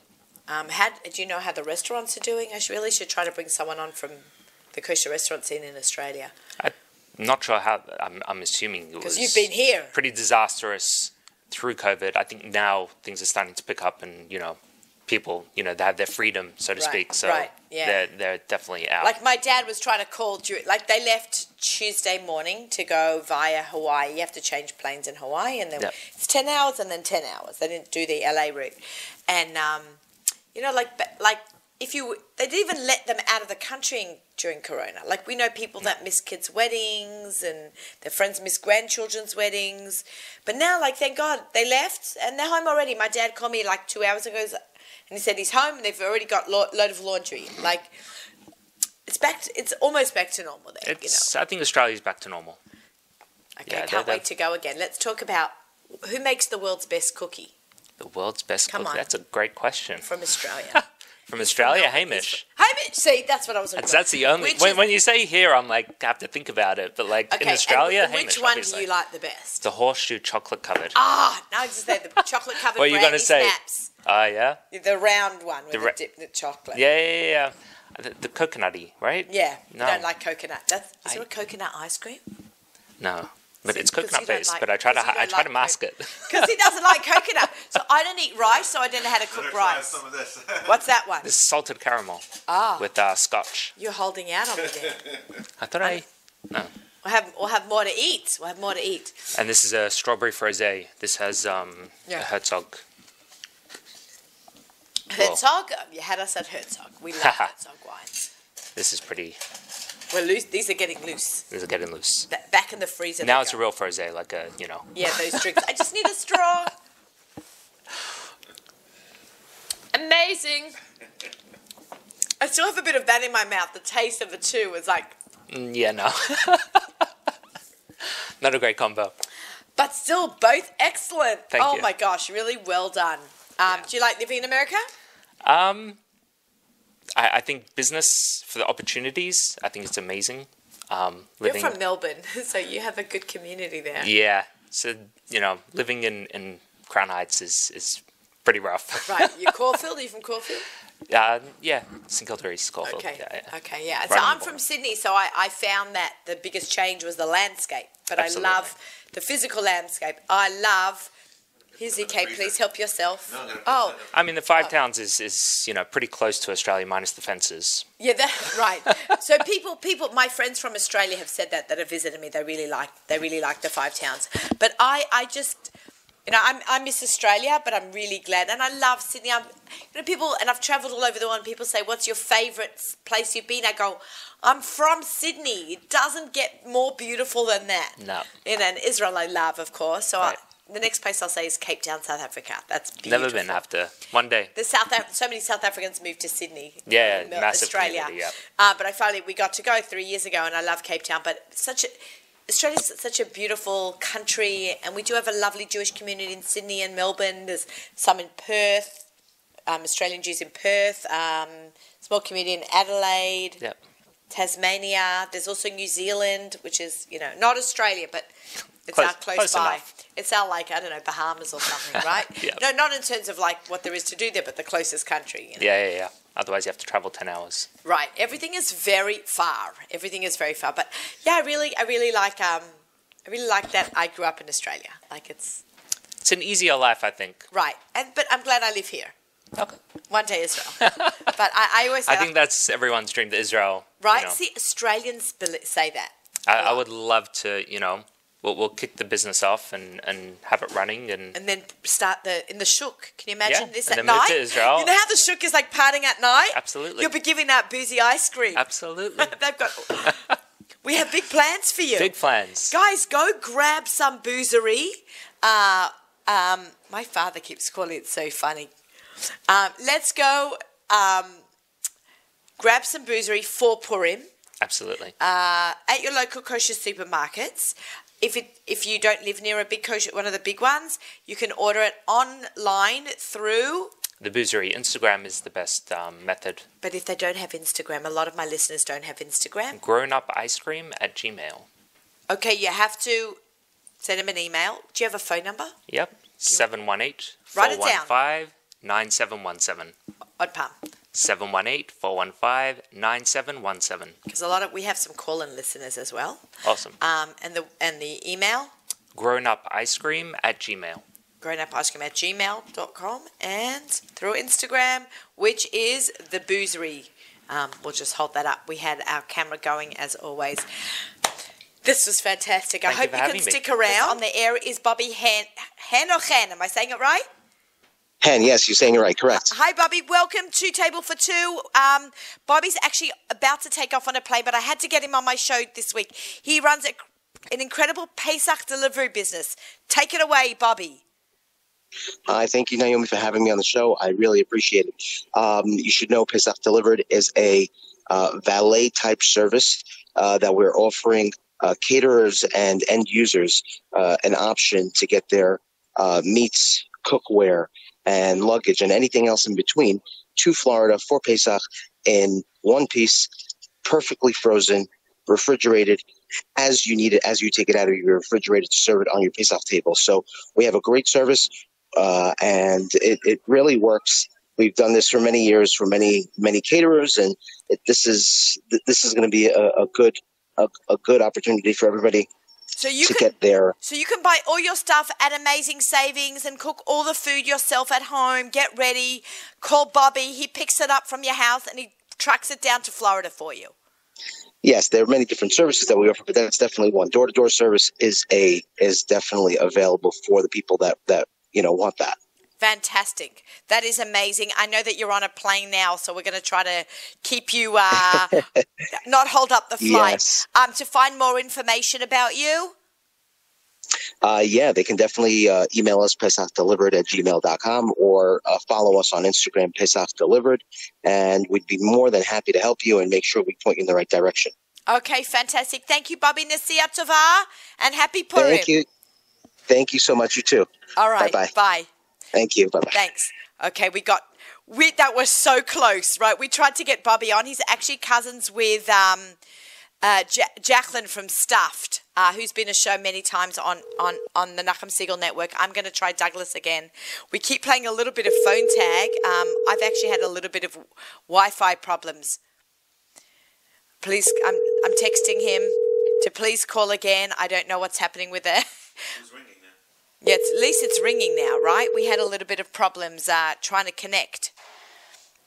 Um, had do you know how the restaurants are doing? I should, really should try to bring someone on from the kosher restaurant scene in Australia
I'm not sure how. I'm, I'm assuming it
because
was
you've been here.
pretty disastrous through COVID. I think now things are starting to pick up, and you know, people, you know, they have their freedom, so to
Right,
speak. So
right, yeah.
they're they're definitely out.
Like my dad was trying to call during, like they left Tuesday morning to go via Hawaii. You have to change planes in Hawaii, and then
Yep.
it's ten hours and then ten hours. They didn't do the LA route, and um, you know, like but- like if you they didn't even let them out of the country in, during Corona. Like we know people that miss kids' weddings and their friends miss grandchildren's weddings, but now like thank God they left and they're home already. My dad called me like two hours ago. he's- And he said he's home and they've already got lo- load of laundry. Like it's back. To, it's almost back to normal. There, you
it's. I think Australia's back to normal.
know. Okay,
yeah,
can't
they're-
wait to go again. Let's talk about who makes the world's best cookie
The world's best
Come
cook.
on.
That's a great question from,
from Australia.
Australia,
Melbourne.
Hamish.
Hamish, see, that's what I was.
That's, that's the only. When, when you say here, I'm like I have to think about it. But like in Australia,
and which
Hamish,
one
obviously.
do you like the best?
The horseshoe chocolate covered.
Ah, no, just say the chocolate covered.
What are you
going
gonna
to
say?
Snaps,
Oh yeah?
the round one with the,
The ra-
dip, the chocolate.
yeah, yeah, yeah, yeah. The, the coconutty, right?
Yeah,
No,
you don't like coconut. That's, is
I-
there a coconut ice cream?
no. But
See,
it's
'cause you
coconut
don't
based.
like-
but I try to,
because you
hi- I
don't
try to
like
mask it.
Because he doesn't like coconut. So I don't eat rice, so I don't know how to cook
Try
rice.
Some of this.
What's that one?
It's salted caramel
Ah,
with uh, scotch.
you're holding out on me there.
I thought I.
We'll have we'll have more to eat. We'll have more to eat.
And this is a strawberry frosé. This has um,
Yeah.
a Herzog. Cool.
Herzog, you had us at Herzog. We love Herzog wines.
This is pretty.
We're loose. These are getting loose.
This is getting loose.
Ba- Back in the freezer.
now
they
it's a
go.
real frosé, like a you know.
Yeah, those drinks. I just need a straw. Amazing. I still have a bit of that in my mouth. The taste of the two was like,
Mm, yeah, no. Not a great combo.
but still both excellent.
Thank
oh
you.
my gosh, really well done. Um, Do you like living in America?
Um, I, I think business for the opportunities. I think it's amazing. Um, living.
You're from Melbourne, so you have a good community there.
yeah. So you know, living in in Crown Heights is is pretty rough.
Right, you're Caulfield. Are you from Caulfield?
Uh, yeah, St Kilda East Schofield.
Okay.
Yeah, yeah.
Okay. Yeah. So
Right on
I'm
the
from
border.
Sydney, so I, I found that the biggest change was the landscape. But
Absolutely.
I love the physical landscape. I love. Here's EK. Please help yourself.
I'm gonna-
oh,
I mean, the Five Towns is, is you know pretty close to Australia minus the fences.
yeah. That, right. so people, people, my friends from Australia have said that that have visited me. They really like. They really like the Five Towns. But I, I just. You know, I'm, I miss Australia, but I'm really glad, and I love Sydney. I'm, you know, people, and I've travelled all over the world. And people say, "What's your favourite s- place you've been?" I go, "I'm from Sydney. It doesn't get more beautiful than that."
No.
You know, and Israel, I love, of course. So
Right.
I, the next place I'll say is Cape Town, South Africa. That's beautiful.
Never been after one day.
The South Af- so many South Africans moved to Sydney.
Yeah,
Mel-
massive community, yeah.
Uh, but I finally we got to go three years ago, and I love Cape Town. But such a Australia's such a beautiful country, and we do have a lovely Jewish community in Sydney and Melbourne. There's some in Perth, um, Australian Jews in Perth, um, small community in Adelaide,
Yep.
Tasmania. There's also New Zealand, which is you know not Australia, but it's
Close-
our close,
close
by.
enough.
It's our like I don't know Bahamas or something, right?
Yeah.
No, not in terms of like what there is to do there, but the closest country. You know?
Yeah, yeah, yeah. Otherwise, you have to travel ten hours.
Right. Everything is very far. Everything is very far. But yeah, I really, I really like, um, I really like that I grew up in Australia. Like it's
It's an easier life, I think.
right. And but I'm glad I live here.
Okay.
One day Israel. but I, I always say,
I think that's everyone's dream. That Israel, you
right.
know.
See, Australians bel- say that.
I, I would love to, you know, we'll, we'll kick the business off and, and have it running. And
and then start the in the shuk. Can you imagine
Yeah,
this
and
at
then move
night?
to Israel.
You know how the shuk is like partying at night.
Absolutely.
you'll be giving out boozy ice cream.
absolutely,
They've got. we have big plans for you,
big plans.
guys. Go grab some boozery. Uh, um, my father keeps calling it so funny. Um, let's go um, grab some boozery for Purim
Absolutely.
Uh, at your local kosher supermarkets. If it if you don't live near a big kosher one of the big ones, you can order it online through.
the Boozery Instagram is the best um, method.
But if they don't have Instagram, a lot of my listeners don't have Instagram.
Grown up ice cream at Gmail.
Okay, you have to send them an email. Do you have a phone number?
Yep. 718
Write it down.
415 9717.
Odd palm.
718 415 9717.
Because a lot of we have some call-in listeners as well.
Awesome.
Um, and the and the email
Grown up ice cream at Gmail.
grownupice.com at gmail.com and through Instagram, which is the boozery. Um, we'll just hold that up. We had our camera going as always. This was fantastic. I hope
Thank you for
you, can
having me.
stick around. On the air is Bobby Han Han or Han. Am I saying it right?
Hen, yes, you're saying it right. Correct.
Hi, Bobby. Welcome to Table for Two. Um, Bobby's actually about to take off on a plane, but I had to get him on my show this week. He runs a, an incredible Pesach delivery business. Take it away, Bobby.
I thank you, Naomi, for having me on the show. I really appreciate it. Um, you should know Pesach Delivered is a uh, valet type service uh, that we're offering uh, caterers and end users uh, an option to get their uh, meats, cookware, and luggage and anything else in between to Florida for Pesach in one piece, perfectly frozen, refrigerated. As you need it, as you take it out of your refrigerator to serve it on your Pesach table. So we have a great service uh, and it, it really works. We've done this for many years for many many caterers, and it, this is th- this is going to be a, a good a, a good opportunity for everybody
So you
to
can
get their
So you can buy all your stuff at amazing savings and cook all the food yourself at home. Get ready. Call Bobby. He picks it up from your house and he trucks it down to Florida for you.
yes. There are many different services that we offer, but that's definitely one. Door to door service is a is definitely available for the people that that you know want that.
Fantastic. That is amazing. I know that you're on a plane now, so we're going to try to keep you uh, not hold up the flight.
Yes.
Um, to find more information about you,
Uh, yeah, they can definitely uh, email us, pesachdelivered at gmail.com, or uh, follow us on Instagram, pesachdelivered, and we'd be more than happy to help you and make sure we point you in the right direction.
okay, fantastic. Thank you, Bobby Nasia Tova, and happy Purim.
Thank you. Thank you so much. You too.
All right,
Bye-bye.
bye.
Thank you. Bye bye.
Thanks. Okay, we got we that was so close, right? We tried to get Bobby on. He's actually cousins with um, uh, ja- Jacqueline from Stuffed, uh, who's been a show many times on on on the Nachum Siegel Network. I'm going to try Douglas again. We keep playing a little bit of phone tag. Um, I've actually had a little bit of Wi-Fi problems. Please, I'm I'm texting him to please call again. I don't know what's happening with it.
Who's ringing now?
Yeah, it's, at least it's ringing now, right? We had a little bit of problems uh, trying to connect.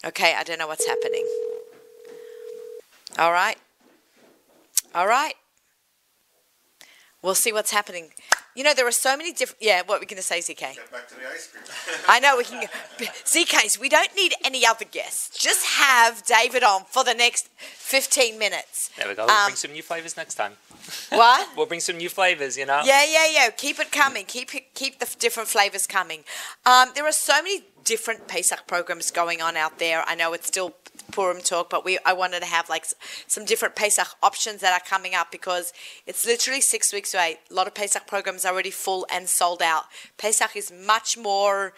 Okay, I don't know what's happening. All right. All right. We'll see what's happening. You know, there are so many different. Yeah, what are we going to say, ZK?
Get back to the ice cream.
I know we can. ZKs, we don't need any other guests. Just have David on for the next 15 minutes.
There we go.
Um,
We'll bring some new flavors next time.
What?
We'll bring some new flavors, you know?
Yeah, yeah, yeah. Keep it coming. Keep it, keep the f- different flavors coming. Um, there are so many different Pesach programs going on out there. I know it's still Purim talk, but we I wanted to have like s- some different Pesach options that are coming up because it's literally six weeks away. A lot of Pesach programs are already full and sold out. Pesach is much more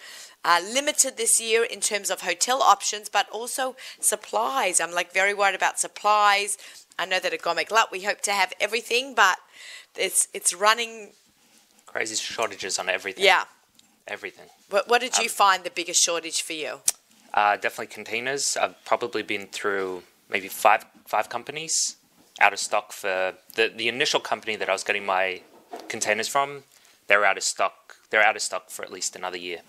uh, limited this year in terms of hotel options, but also supplies. I'm like very worried about supplies. I know that at Gomic Glut we hope to have everything, but it's it's running.
Crazy shortages on everything.
Yeah.
Everything.
What, what
Um,
did you find the biggest shortage for you?
Uh, definitely containers. I've probably been through maybe five five companies out of stock for the the initial company that I was getting my containers from. They're out of stock. They're out of stock for at least another year.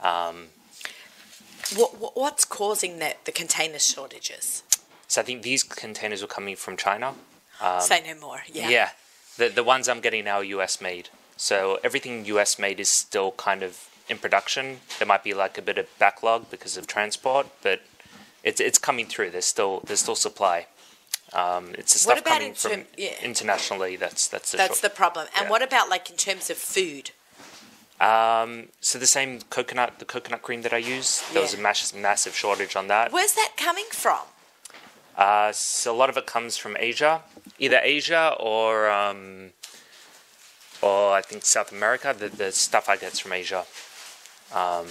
What, what what's causing the, the container shortages?
So I think these containers were coming from China.
Say no more. Yeah.
Um, Yeah. The the ones I'm getting now are US made. So everything US made is still kind of in production. There might be like a bit of backlog because of transport, but it's it's coming through. There's still there's still supply. Um, it's the
What
stuff
about
coming
in
from
term- yeah.
internationally. That's that's the,
That's the
short-
problem. And
Yeah.
what about like in terms of food?
so the same coconut the coconut cream that I use. There was a
Yeah.
massive massive shortage on that.
Where's that coming from?
Uh, so a lot of it comes from Asia, either Asia or um, or I think South America. The, the stuff I get's from Asia. Um,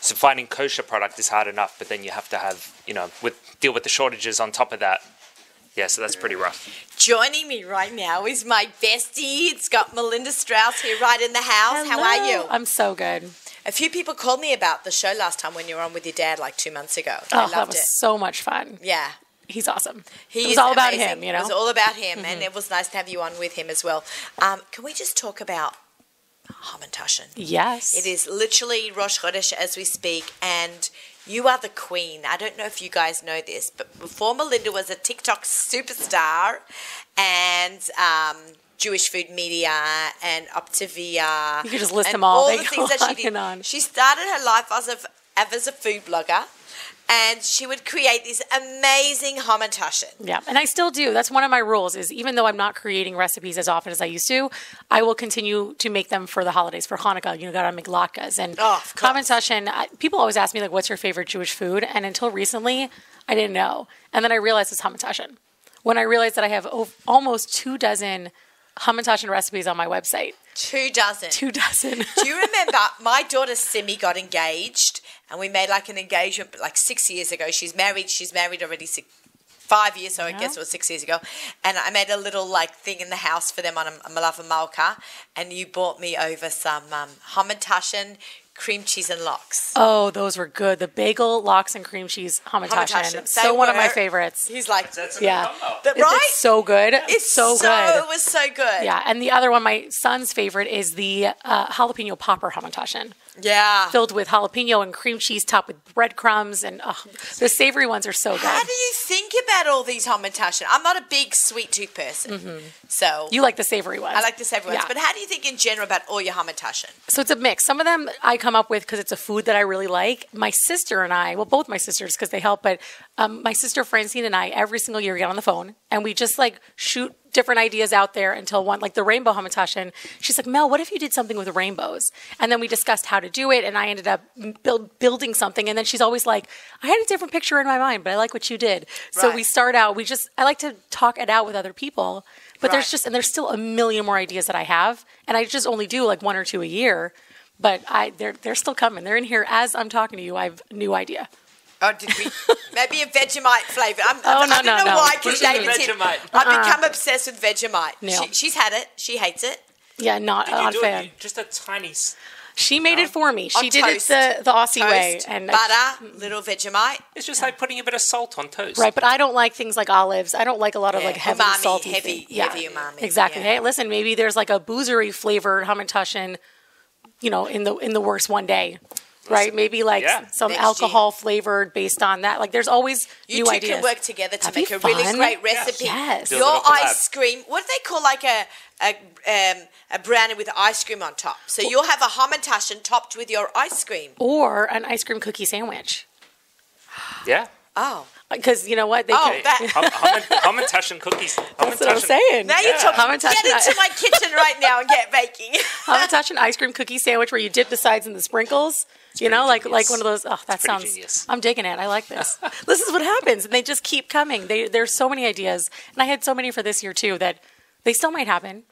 so finding kosher product is hard enough, but then you have to have you know with deal with the shortages on top of that. Yeah, so that's pretty rough.
Joining me right now is my bestie. It's got Melinda Strauss here right in the house. How are you?
I'm so good.
A
Oh,
few people called me about the show last time when you were on with your dad like two months ago. I
Oh,
loved
that was
it.
so much fun.
yeah.
He's awesome.
He
it
is
was all about
amazing.
him, you
It
know. Mm-hmm.
was all about him, and it was nice to have you on with him as well. Um, can we just talk about Hamantashen?
yes.
It is literally Rosh Chodesh as we speak, and you are the queen. I don't know if you guys know this, but before Melinda was a TikTok superstar and um, Jewish food media and Optavia,
You could just list
and
them all. They
the
go
things that she
on
did.
and on.
She started her life as a as a food blogger, and she would create these amazing hamantashen.
Yeah, and I still do. That's one of my rules is even though I'm not creating recipes as often as I used to, I will continue to make them for the holidays, for Hanukkah. You got to make latkes and
Oh, of course.
hamantashen. I- People always ask me like, "What's your favorite Jewish food?" And until recently, I didn't know. And then I realized it's hamantashen. When I realized that I have o- almost two dozen hamantashen recipes on my website,
Two dozen.
two dozen.
Do you remember my daughter Simi got engaged and we made like an engagement like six years ago. She's married. She's married already six, five years, so I guess it was six years ago. And I made a little like thing in the house for them on a, a Malava Malka and you bought me over some um, hamantashen, cream cheese and lox.
oh, those were good. The bagel, lox, and cream cheese hamantashen.
Hamantashen.
So
They
one of my
were-
favorites.
He's like,
Yeah,
That-
It's-
right?
It's so good.
it's
so good.
It was so good.
Yeah, and the other one, my son's favorite, is the uh, jalapeno popper hamantashen,
Yeah.
filled with jalapeno and cream cheese, topped with breadcrumbs, and oh, the savory ones are so
How
good.
do you think about all these hamantashen? I'm not a big sweet tooth person,
Mm-hmm.
so
You like the savory ones.
I like the savory ones.
Yeah.
But how do you think in general about all your hamantashen?
So it's a mix. Some of them I come up with because it's a food that I really like. My sister and I, well, both my sisters because they help, but um, my sister Francine and I every single year get on the phone and we just like shoot different ideas out there until one, like the rainbow hamantashen. She's like, Mel, what if you did something with rainbows? And then we discussed how to do it, and I ended up build, building something. And then she's always like, I had a different picture in my mind, but I like what you did. So
Right.
we start out. We just I like to talk it out with other people. But
Right.
there's just and there's still a million more ideas that I have, and I just only do like one or two a year. But I they're they're still coming. They're in here as I'm talking to you. I've new idea.
Oh, did we? Maybe a Vegemite flavor. I'm,
Oh,
I
no,
don't
no,
know
no.
why. Because
What is
David's hit-
Vegemite?
Uh-uh.
I've become obsessed with Vegemite.
No.
She, she's had it. She hates it.
Yeah, not not a fan.
just a tiny.
She made it for me. She
On
did
toast.
it the the Aussie way
Toast,
and I-
butter, little Vegemite,
It's just like putting a bit of salt on toast.
Right, but I don't like things like olives. I don't like a lot of
Yeah,
like heavy
umami,
salty
heavy-
things.
heavy umami,
Exactly.
yeah.
Hey, listen, maybe there's like a boozery flavored hamantashen, you know, in the in the works one day. Right? Maybe like
yeah.
s- some
Next year.
alcohol flavored based on that. Like there's always
you
new
two
ideas.
can work together to
That'd
make
be
a really
fun.
great recipe.
Yes. Do a
Your
little collab.
ice cream. What do they call like a a um, a brownie with ice cream on top? So you'll have a hamantashen topped with your ice cream.
or an ice cream cookie sandwich.
Yeah.
Oh,
Because you know what? They
oh,
could-
that.
Hum- hum- Hamantaschen cookies.
that's what I'm saying.
Now you're
Yeah.
talking.
Hamantashen-
Get into my kitchen right now and get baking.
Hamantashen ice cream cookie sandwich where you dip the sides in the sprinkles. you know, like like one of those. Oh, that
pretty
sounds.
genius.
I'm digging it. I like this. this is what happens, and they just keep coming. They, there's so many ideas, and I had so many for this year too that they still might happen.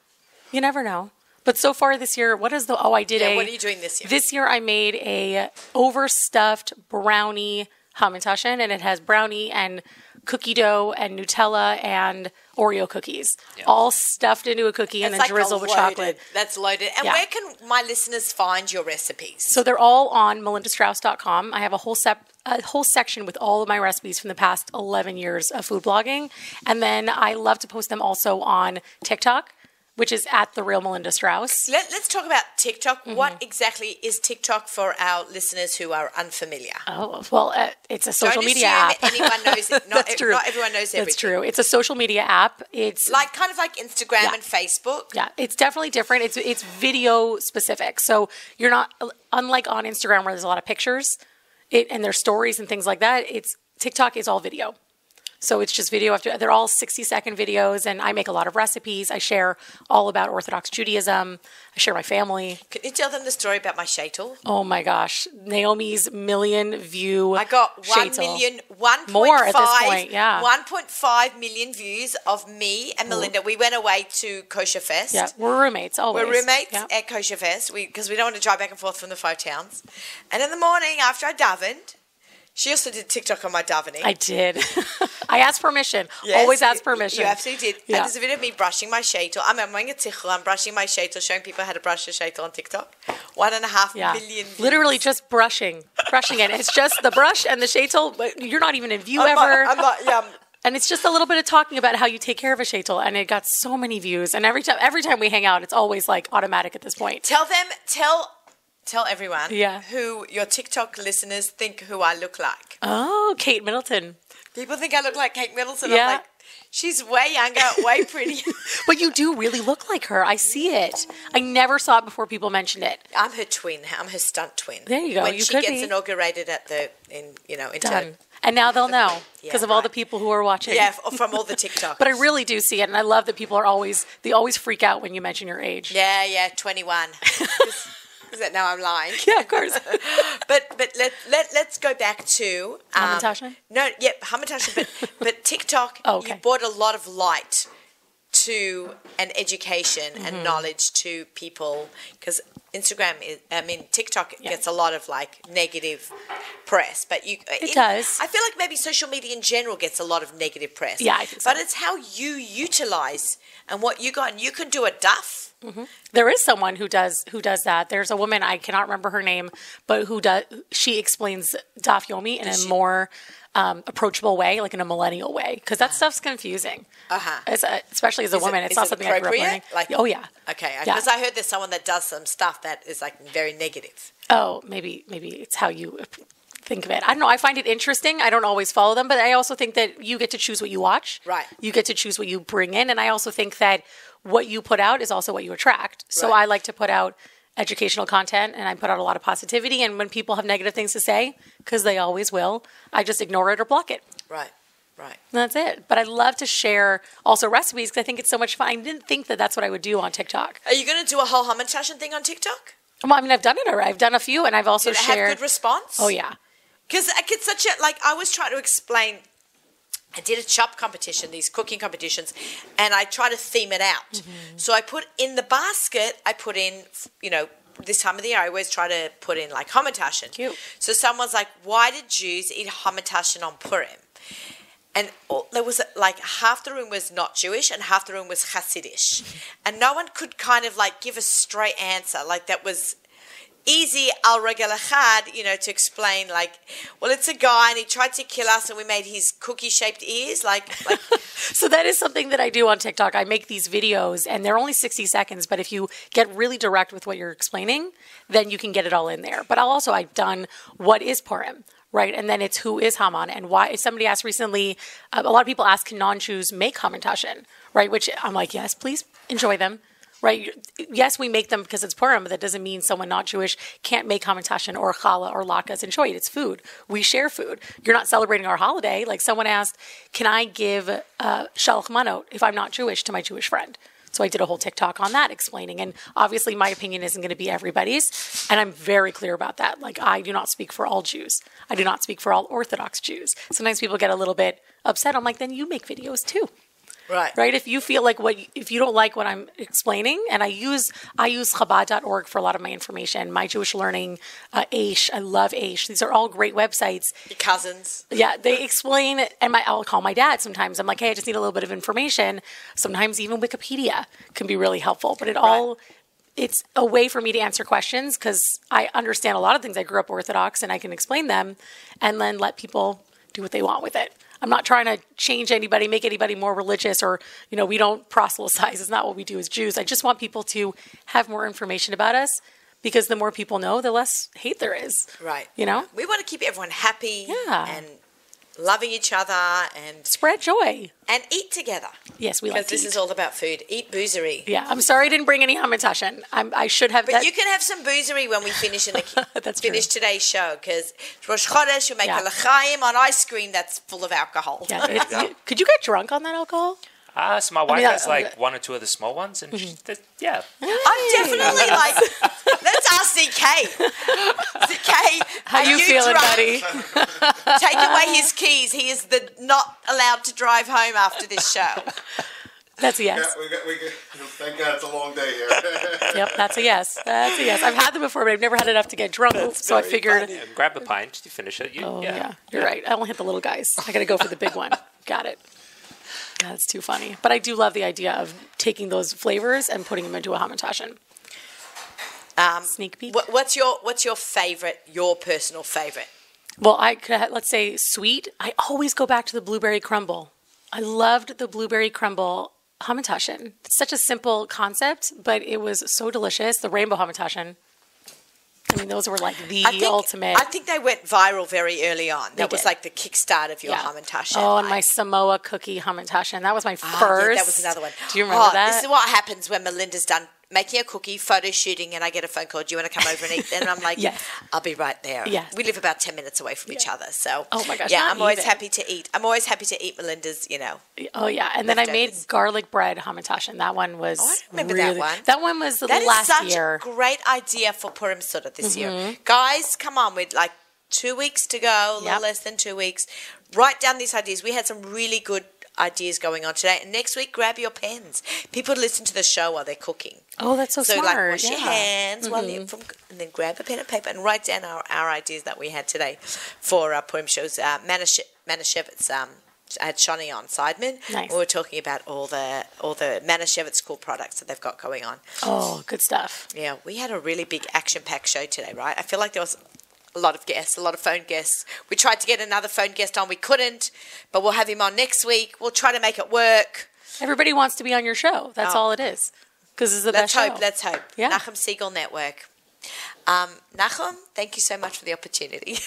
You never know. But so far this year, what is the? Oh, I did
Yeah,
a.
what are you doing this year?
This year I made a overstuffed brownie hamantashen, and it has brownie and cookie dough and Nutella and Oreo cookies, all stuffed into a cookie and then
That's like a
drizzled with
loaded-
chocolate.
That's loaded. And
Yeah.
where can my listeners find your recipes?
So they're all on melindastrauss.com. I have a whole sep- a whole section with all of my recipes from the past 11 years of food blogging. And then I love to post them also on TikTok, which is at the real Melinda Strauss.
Let, us talk about TikTok.
Mm-hmm.
What exactly is TikTok for our listeners who are unfamiliar?
Oh, well, uh, it's a social
Don't
media
assume
app.
anyone knows it. Not, e,
That's true.
not everyone knows everything.
That's true. It's a social media app. It's
Like kind of like Instagram and Facebook.
Yeah, it's definitely different. It's it's video specific. So you're not unlike on Instagram where there's a lot of pictures, it and there's stories and things like that. It's TikTok is all video. So it's just video after they're all 60 second videos and I make a lot of recipes. I share all about Orthodox Judaism. I share my family.
Can you tell them the story about my shaitel?
Oh my gosh. Naomi's million view.
I got one
shaitel.
million, one
More at this point, yeah.
1.5 million views of me and Melinda. We went away to Kosher Fest.
Yeah, we're roommates always.
We're roommates
Yeah.
at Kosher Fest because we, 'cause we don't want to drive back and forth from the five towns. And in the morning after I davened, She also did TikTok on my Davini.
I did. I asked permission.
Yes,
Always
you-
ask permission.
You absolutely did.
Yeah.
And there's a video of me brushing my shaitel. I'm, I'm wearing a tichel. I'm brushing my shaitel, showing people how to brush your shaitel on TikTok. One and a half
yeah.
million. views.
Literally just brushing, brushing it. It's just the brush and the shaitel. but You're not even in view
I'm
ever.
Not, I'm not, yeah, um, I'm-
and it's just a little bit of talking about how you take care of a shaitel, and it got so many views. And every time, every time we hang out, it's always like automatic at this point.
Tell them, tell, tell everyone
Yeah.
who your TikTok listeners think who I look like.
Oh, Kate Middleton.
People think I look like Kate Middleton.
Yeah.
I'm like, she's way younger, way prettier.
But you do really look like her. I see it. I never saw it before people mentioned it.
I'm her twin. I'm her stunt twin.
There you go.
When
You
she
could
gets
be.
inaugurated at the in you know in
Done.
turn.
And now they'll know
Yeah,
because of all
right.
the people who are watching.
Yeah, f- from all the TikTok.
But I really do see it, and I love that people are always they always freak out when you mention your age.
yeah, yeah, twenty one. Is that now I'm lying?
Yeah, of course.
but but let let let's go back to um,
Hamantashen?
No, yep, Hamantashen. But but TikTok,
Oh, okay.
you brought a lot of light to an education
Mm-hmm.
and knowledge to people because Instagram, is, I mean TikTok gets a lot of like negative press, but you uh, it,
does.
I feel like maybe social media in general gets a lot of negative press.
Yeah, I think so.
but it's how you utilize and what you got, and you can do a duff.
there is someone who does who does that. There's a woman I cannot remember her name, but who does she explains Dafyomi in a more um, approachable way, like in a millennial way, because that stuff's confusing.
Uh-huh.
It's, uh, especially as a
Is it-
woman, it's
is
not
it
something I grew up
appropriate?
learning.
Like-
oh yeah.
Okay,
Yeah.
because I heard there's someone that does some stuff that is like very negative.
Oh, maybe maybe it's how you think of it. I don't know. I find it interesting. I don't always follow them, but I also think that you get to choose what you watch.
Right.
You get to choose what you bring in, and I also think that what you put out is also what you attract. So
Right.
I like to put out educational content and I put out a lot of positivity and when people have negative things to say cuz they always will, I just ignore it or block it.
Right, right.
And that's it. But I love to share also recipes cuz I think it's so much fun. I didn't think that that's what I would do on TikTok.
Are you going to do a whole Hamantashen thing on TikTok?
Well, I mean, I've done it already. I've done a few and I've also
Did it
shared
have good response?
Oh yeah.
Because like, it's such a, like, I was trying to explain. I did a chop competition, these cooking competitions, and I try to theme it out. So I put in the basket, I put in, you know, this time of the year, I always try to put in like hamantashen.
Cute.
So someone's like, why did Jews eat hamantashen on Purim? and all, there was like half the room was not Jewish and half the room was Hasidish, and no one could kind of like give a straight answer like that was easy al regalachad, you know, to explain like, well, it's a guy and he tried to kill us and we made his cookie shaped ears, like, like
So that is something that I do on TikTok. I make these videos and they're only 60 seconds, but if you get really direct with what you're explaining, then you can get it all in there. But I'll also I've done what is Purim, right? And then it's who is Haman and why. Somebody asked recently, uh, a lot of people ask can non-Jews make Hamantashen, right? Which I'm like, yes, please enjoy them. Right? You're- Yes, we make them because it's Purim, but that doesn't mean someone not Jewish can't make hamantashen or challah or latkes. Enjoy it. It's food. We share food. You're not celebrating our holiday. Like someone asked, can I give uh, shalach manot if I'm not Jewish to my Jewish friend? So I did a whole TikTok on that explaining. And obviously, my opinion isn't going to be everybody's. And I'm very clear about that. Like, I do not speak for all Jews. I do not speak for all Orthodox Jews. Sometimes people get a little bit upset. I'm like, then you make videos too
right,
right if you feel like what if you don't like what i'm explaining and i use i use chabad.org for a lot of my information my jewish learning uh, aish i love aish these are all great websites
your cousins,
yeah they explain and my i'll call my dad sometimes i'm like hey i just need a little bit of information sometimes even wikipedia can be really helpful but it all it's a way for me to answer questions because i understand a lot of things i grew up orthodox and i can explain them and then let people do what they want with it i'm not trying to change anybody make anybody more religious or you know we don't proselytize it's not what we do as jews i just want people to have more information about us because the more people know the less hate there is
right,
you know
we want to keep everyone happy,
Yeah.
and loving each other and
spread joy
and eat together
yes we
because
like to
this
eat.
is all about food. Eat boozery.
Yeah, I'm sorry I didn't bring any hamantashen. I'm, I should have.
But
that,
you can have some boozery when we finish in the
That's
finish today's show because Rosh Chodesh will make
Yeah.
a l'chaim on ice cream that's full of alcohol.
yeah, it's- could you get drunk on that alcohol?
Ah, so my wife
yeah,
has
uh,
like
uh,
one or two of the small ones, and she, th- yeah,
I'm definitely like that's RCK. CK,
How
are
you, feeling,
drunk?
buddy?
Take away his keys. He is the not allowed to drive home after this show.
That's a
Yeah,
yes.
we got, we got, thank God it's a long day here.
Yep, that's a yes. That's a yes. I've had them before, but I've never had enough to get drunk. so I figured,
Yeah, grab a pint. You finish it. You,
oh yeah,
yeah.
you're right. I don't hit the little guys. I got to go for the big one. Got it. God, that's too funny. But I do love the idea of taking those flavors and putting them into a hamantashen.
Um,
Sneak peek.
What, what's your what's your favorite? Your personal favorite?
Well, I could ha- let's say sweet. I always go back to the blueberry crumble. I loved the blueberry crumble hamantashen. It's such a simple concept, but it was so delicious. The rainbow hamantashen. I mean, those were like the
I think,
ultimate.
I think they went viral very early on. That was
did.
like the kickstart of your
Yeah.
hamantash.
Oh, and my Samoa cookie hamantashen. That was my first.
Ah, yeah, that was another one.
Do you remember
Oh,
that?
This is what happens when Melinda's done making a cookie, photo shooting, and I get a phone call. Do you want to come over and eat? And I'm like,
Yes.
I'll be right there.
Yes.
We live about ten minutes away from each other, so
Oh my gosh,
yeah,
not
I'm always
even.
happy to eat. I'm always happy to eat Melinda's. You know,
oh yeah, and then I made
Leftovers.
garlic bread hamantashen. That one was.
Oh, I remember that
really,
one.
That one was the
that is
last
such
year. Mm-hmm.
a great idea for Purim Sutta this year, guys. Come on, we're like two weeks to go, a little
Yep.
less than two weeks. Write down these ideas. We had some really good ideas going on today. And next week, grab your pens. People listen to the show while they're cooking.
oh, that's so,
So
smart.
like wash your
yeah. Mm-hmm.
hands while you from, and then grab a pen and paper and write down our, our ideas that we had today for our poem shows. Uh, Manish- Manischewitz um, had Shani on Sidemen.
Nice.
We were talking about all the all the Manischewitz cool products that they've got going on.
Oh, good stuff.
Yeah, we had a really big action packed show today, right? I feel like there was a lot of guests, a lot of phone guests. We tried to get another phone guest on, we couldn't, but we'll have him on next week. We'll try to make it work.
Everybody wants to be on your show. That's
Oh.
all it is. Because it's the
Let's
best
hope.
show.
Let's hope.
Yeah.
Nachum Siegel Network. Um, Nachum, thank you so much for the opportunity.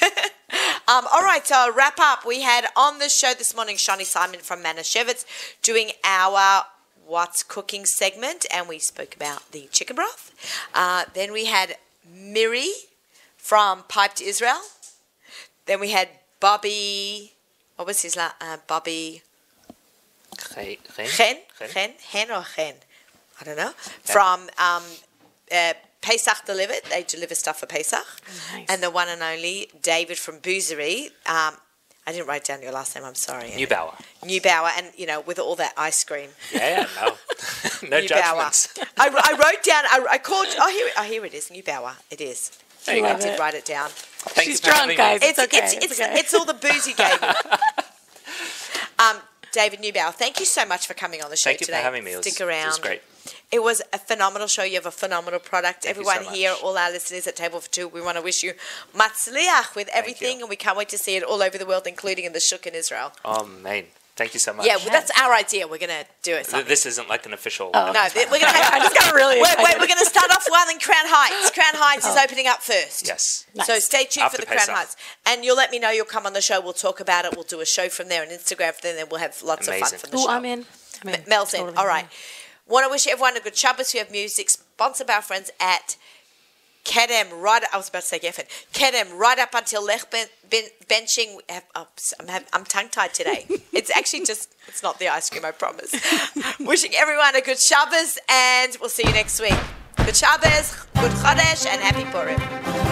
um, all right, so I'll wrap up. We had on the show this morning Shani Simon from Manischewitz doing our What's Cooking segment, and we spoke about the chicken broth. Uh, then we had Miri from Pipe to Israel. Then we had Bobby. What was his last? Uh, Bobby.
Ren- ren-
Hen,
ren-
Hen, Hen or Hen, I don't know. From um, uh, Pesach Delivered, they deliver stuff for Pesach.
Oh,
Nice.
And the one and only David from Boozery. Um, I didn't write down your last name. I'm sorry.
Neubauer.
Neubauer, and you know, with all that ice cream,
Yeah, yeah, no, no judgments.
Neubauer. I, I wrote down. I, I called. Oh here, oh, here it is. Neubauer. It is.
There you
I
go.
Love
did
it.
write it down.
Thank
She's
you for
drunk,
having me.
guys.
It's
It's okay,
it's
it's
it's,
okay.
it's all the boozy game. um, David Neubauer, thank you so much for coming on the show
Thank you for
today.
having me. It was-
Stick
it was
around.
great.
It was a phenomenal show. You have a phenomenal product.
Thank you so
Everyone here,
much.
all our listeners at Table for Two, we want to wish you matzliach with everything,
you.
and we can't wait to see it all over the world, including in the Shuk in Israel.
Oh, man. Thank you so much.
Yeah, well, that's Oh. our idea. We're gonna do it.
Th-
Something.
This isn't like an official.
No, th- we're gonna.
I just got really
Wait, wait,
excited.
we're going to start off well in Crown Heights. Crown Heights is opening up first.
Oh. Yes.
So
Nice.
stay tuned
After
for the
Pesach.
Crown Heights. And you'll let me know. You'll come on the show. We'll talk about it. We'll do a show from there and Instagram from there. Then we'll have lots of fun
Amazing.
from the
Ooh,
show.
I'm in. I'm in.
M- Mel's in.
Totally
All right. Want to wish everyone a good Shabbos. We have music sponsored by our friends at Kedem right. I was about to say Geffen. Kedem right up until Lech ben, ben, benching. we have- oh, s- I'm, have- I'm tongue tied today. it's actually just. It's not the ice cream. I promise. Wishing everyone a good Shabbos, and we'll see you next week. Good Shabbos, good Chodesh, and happy Purim.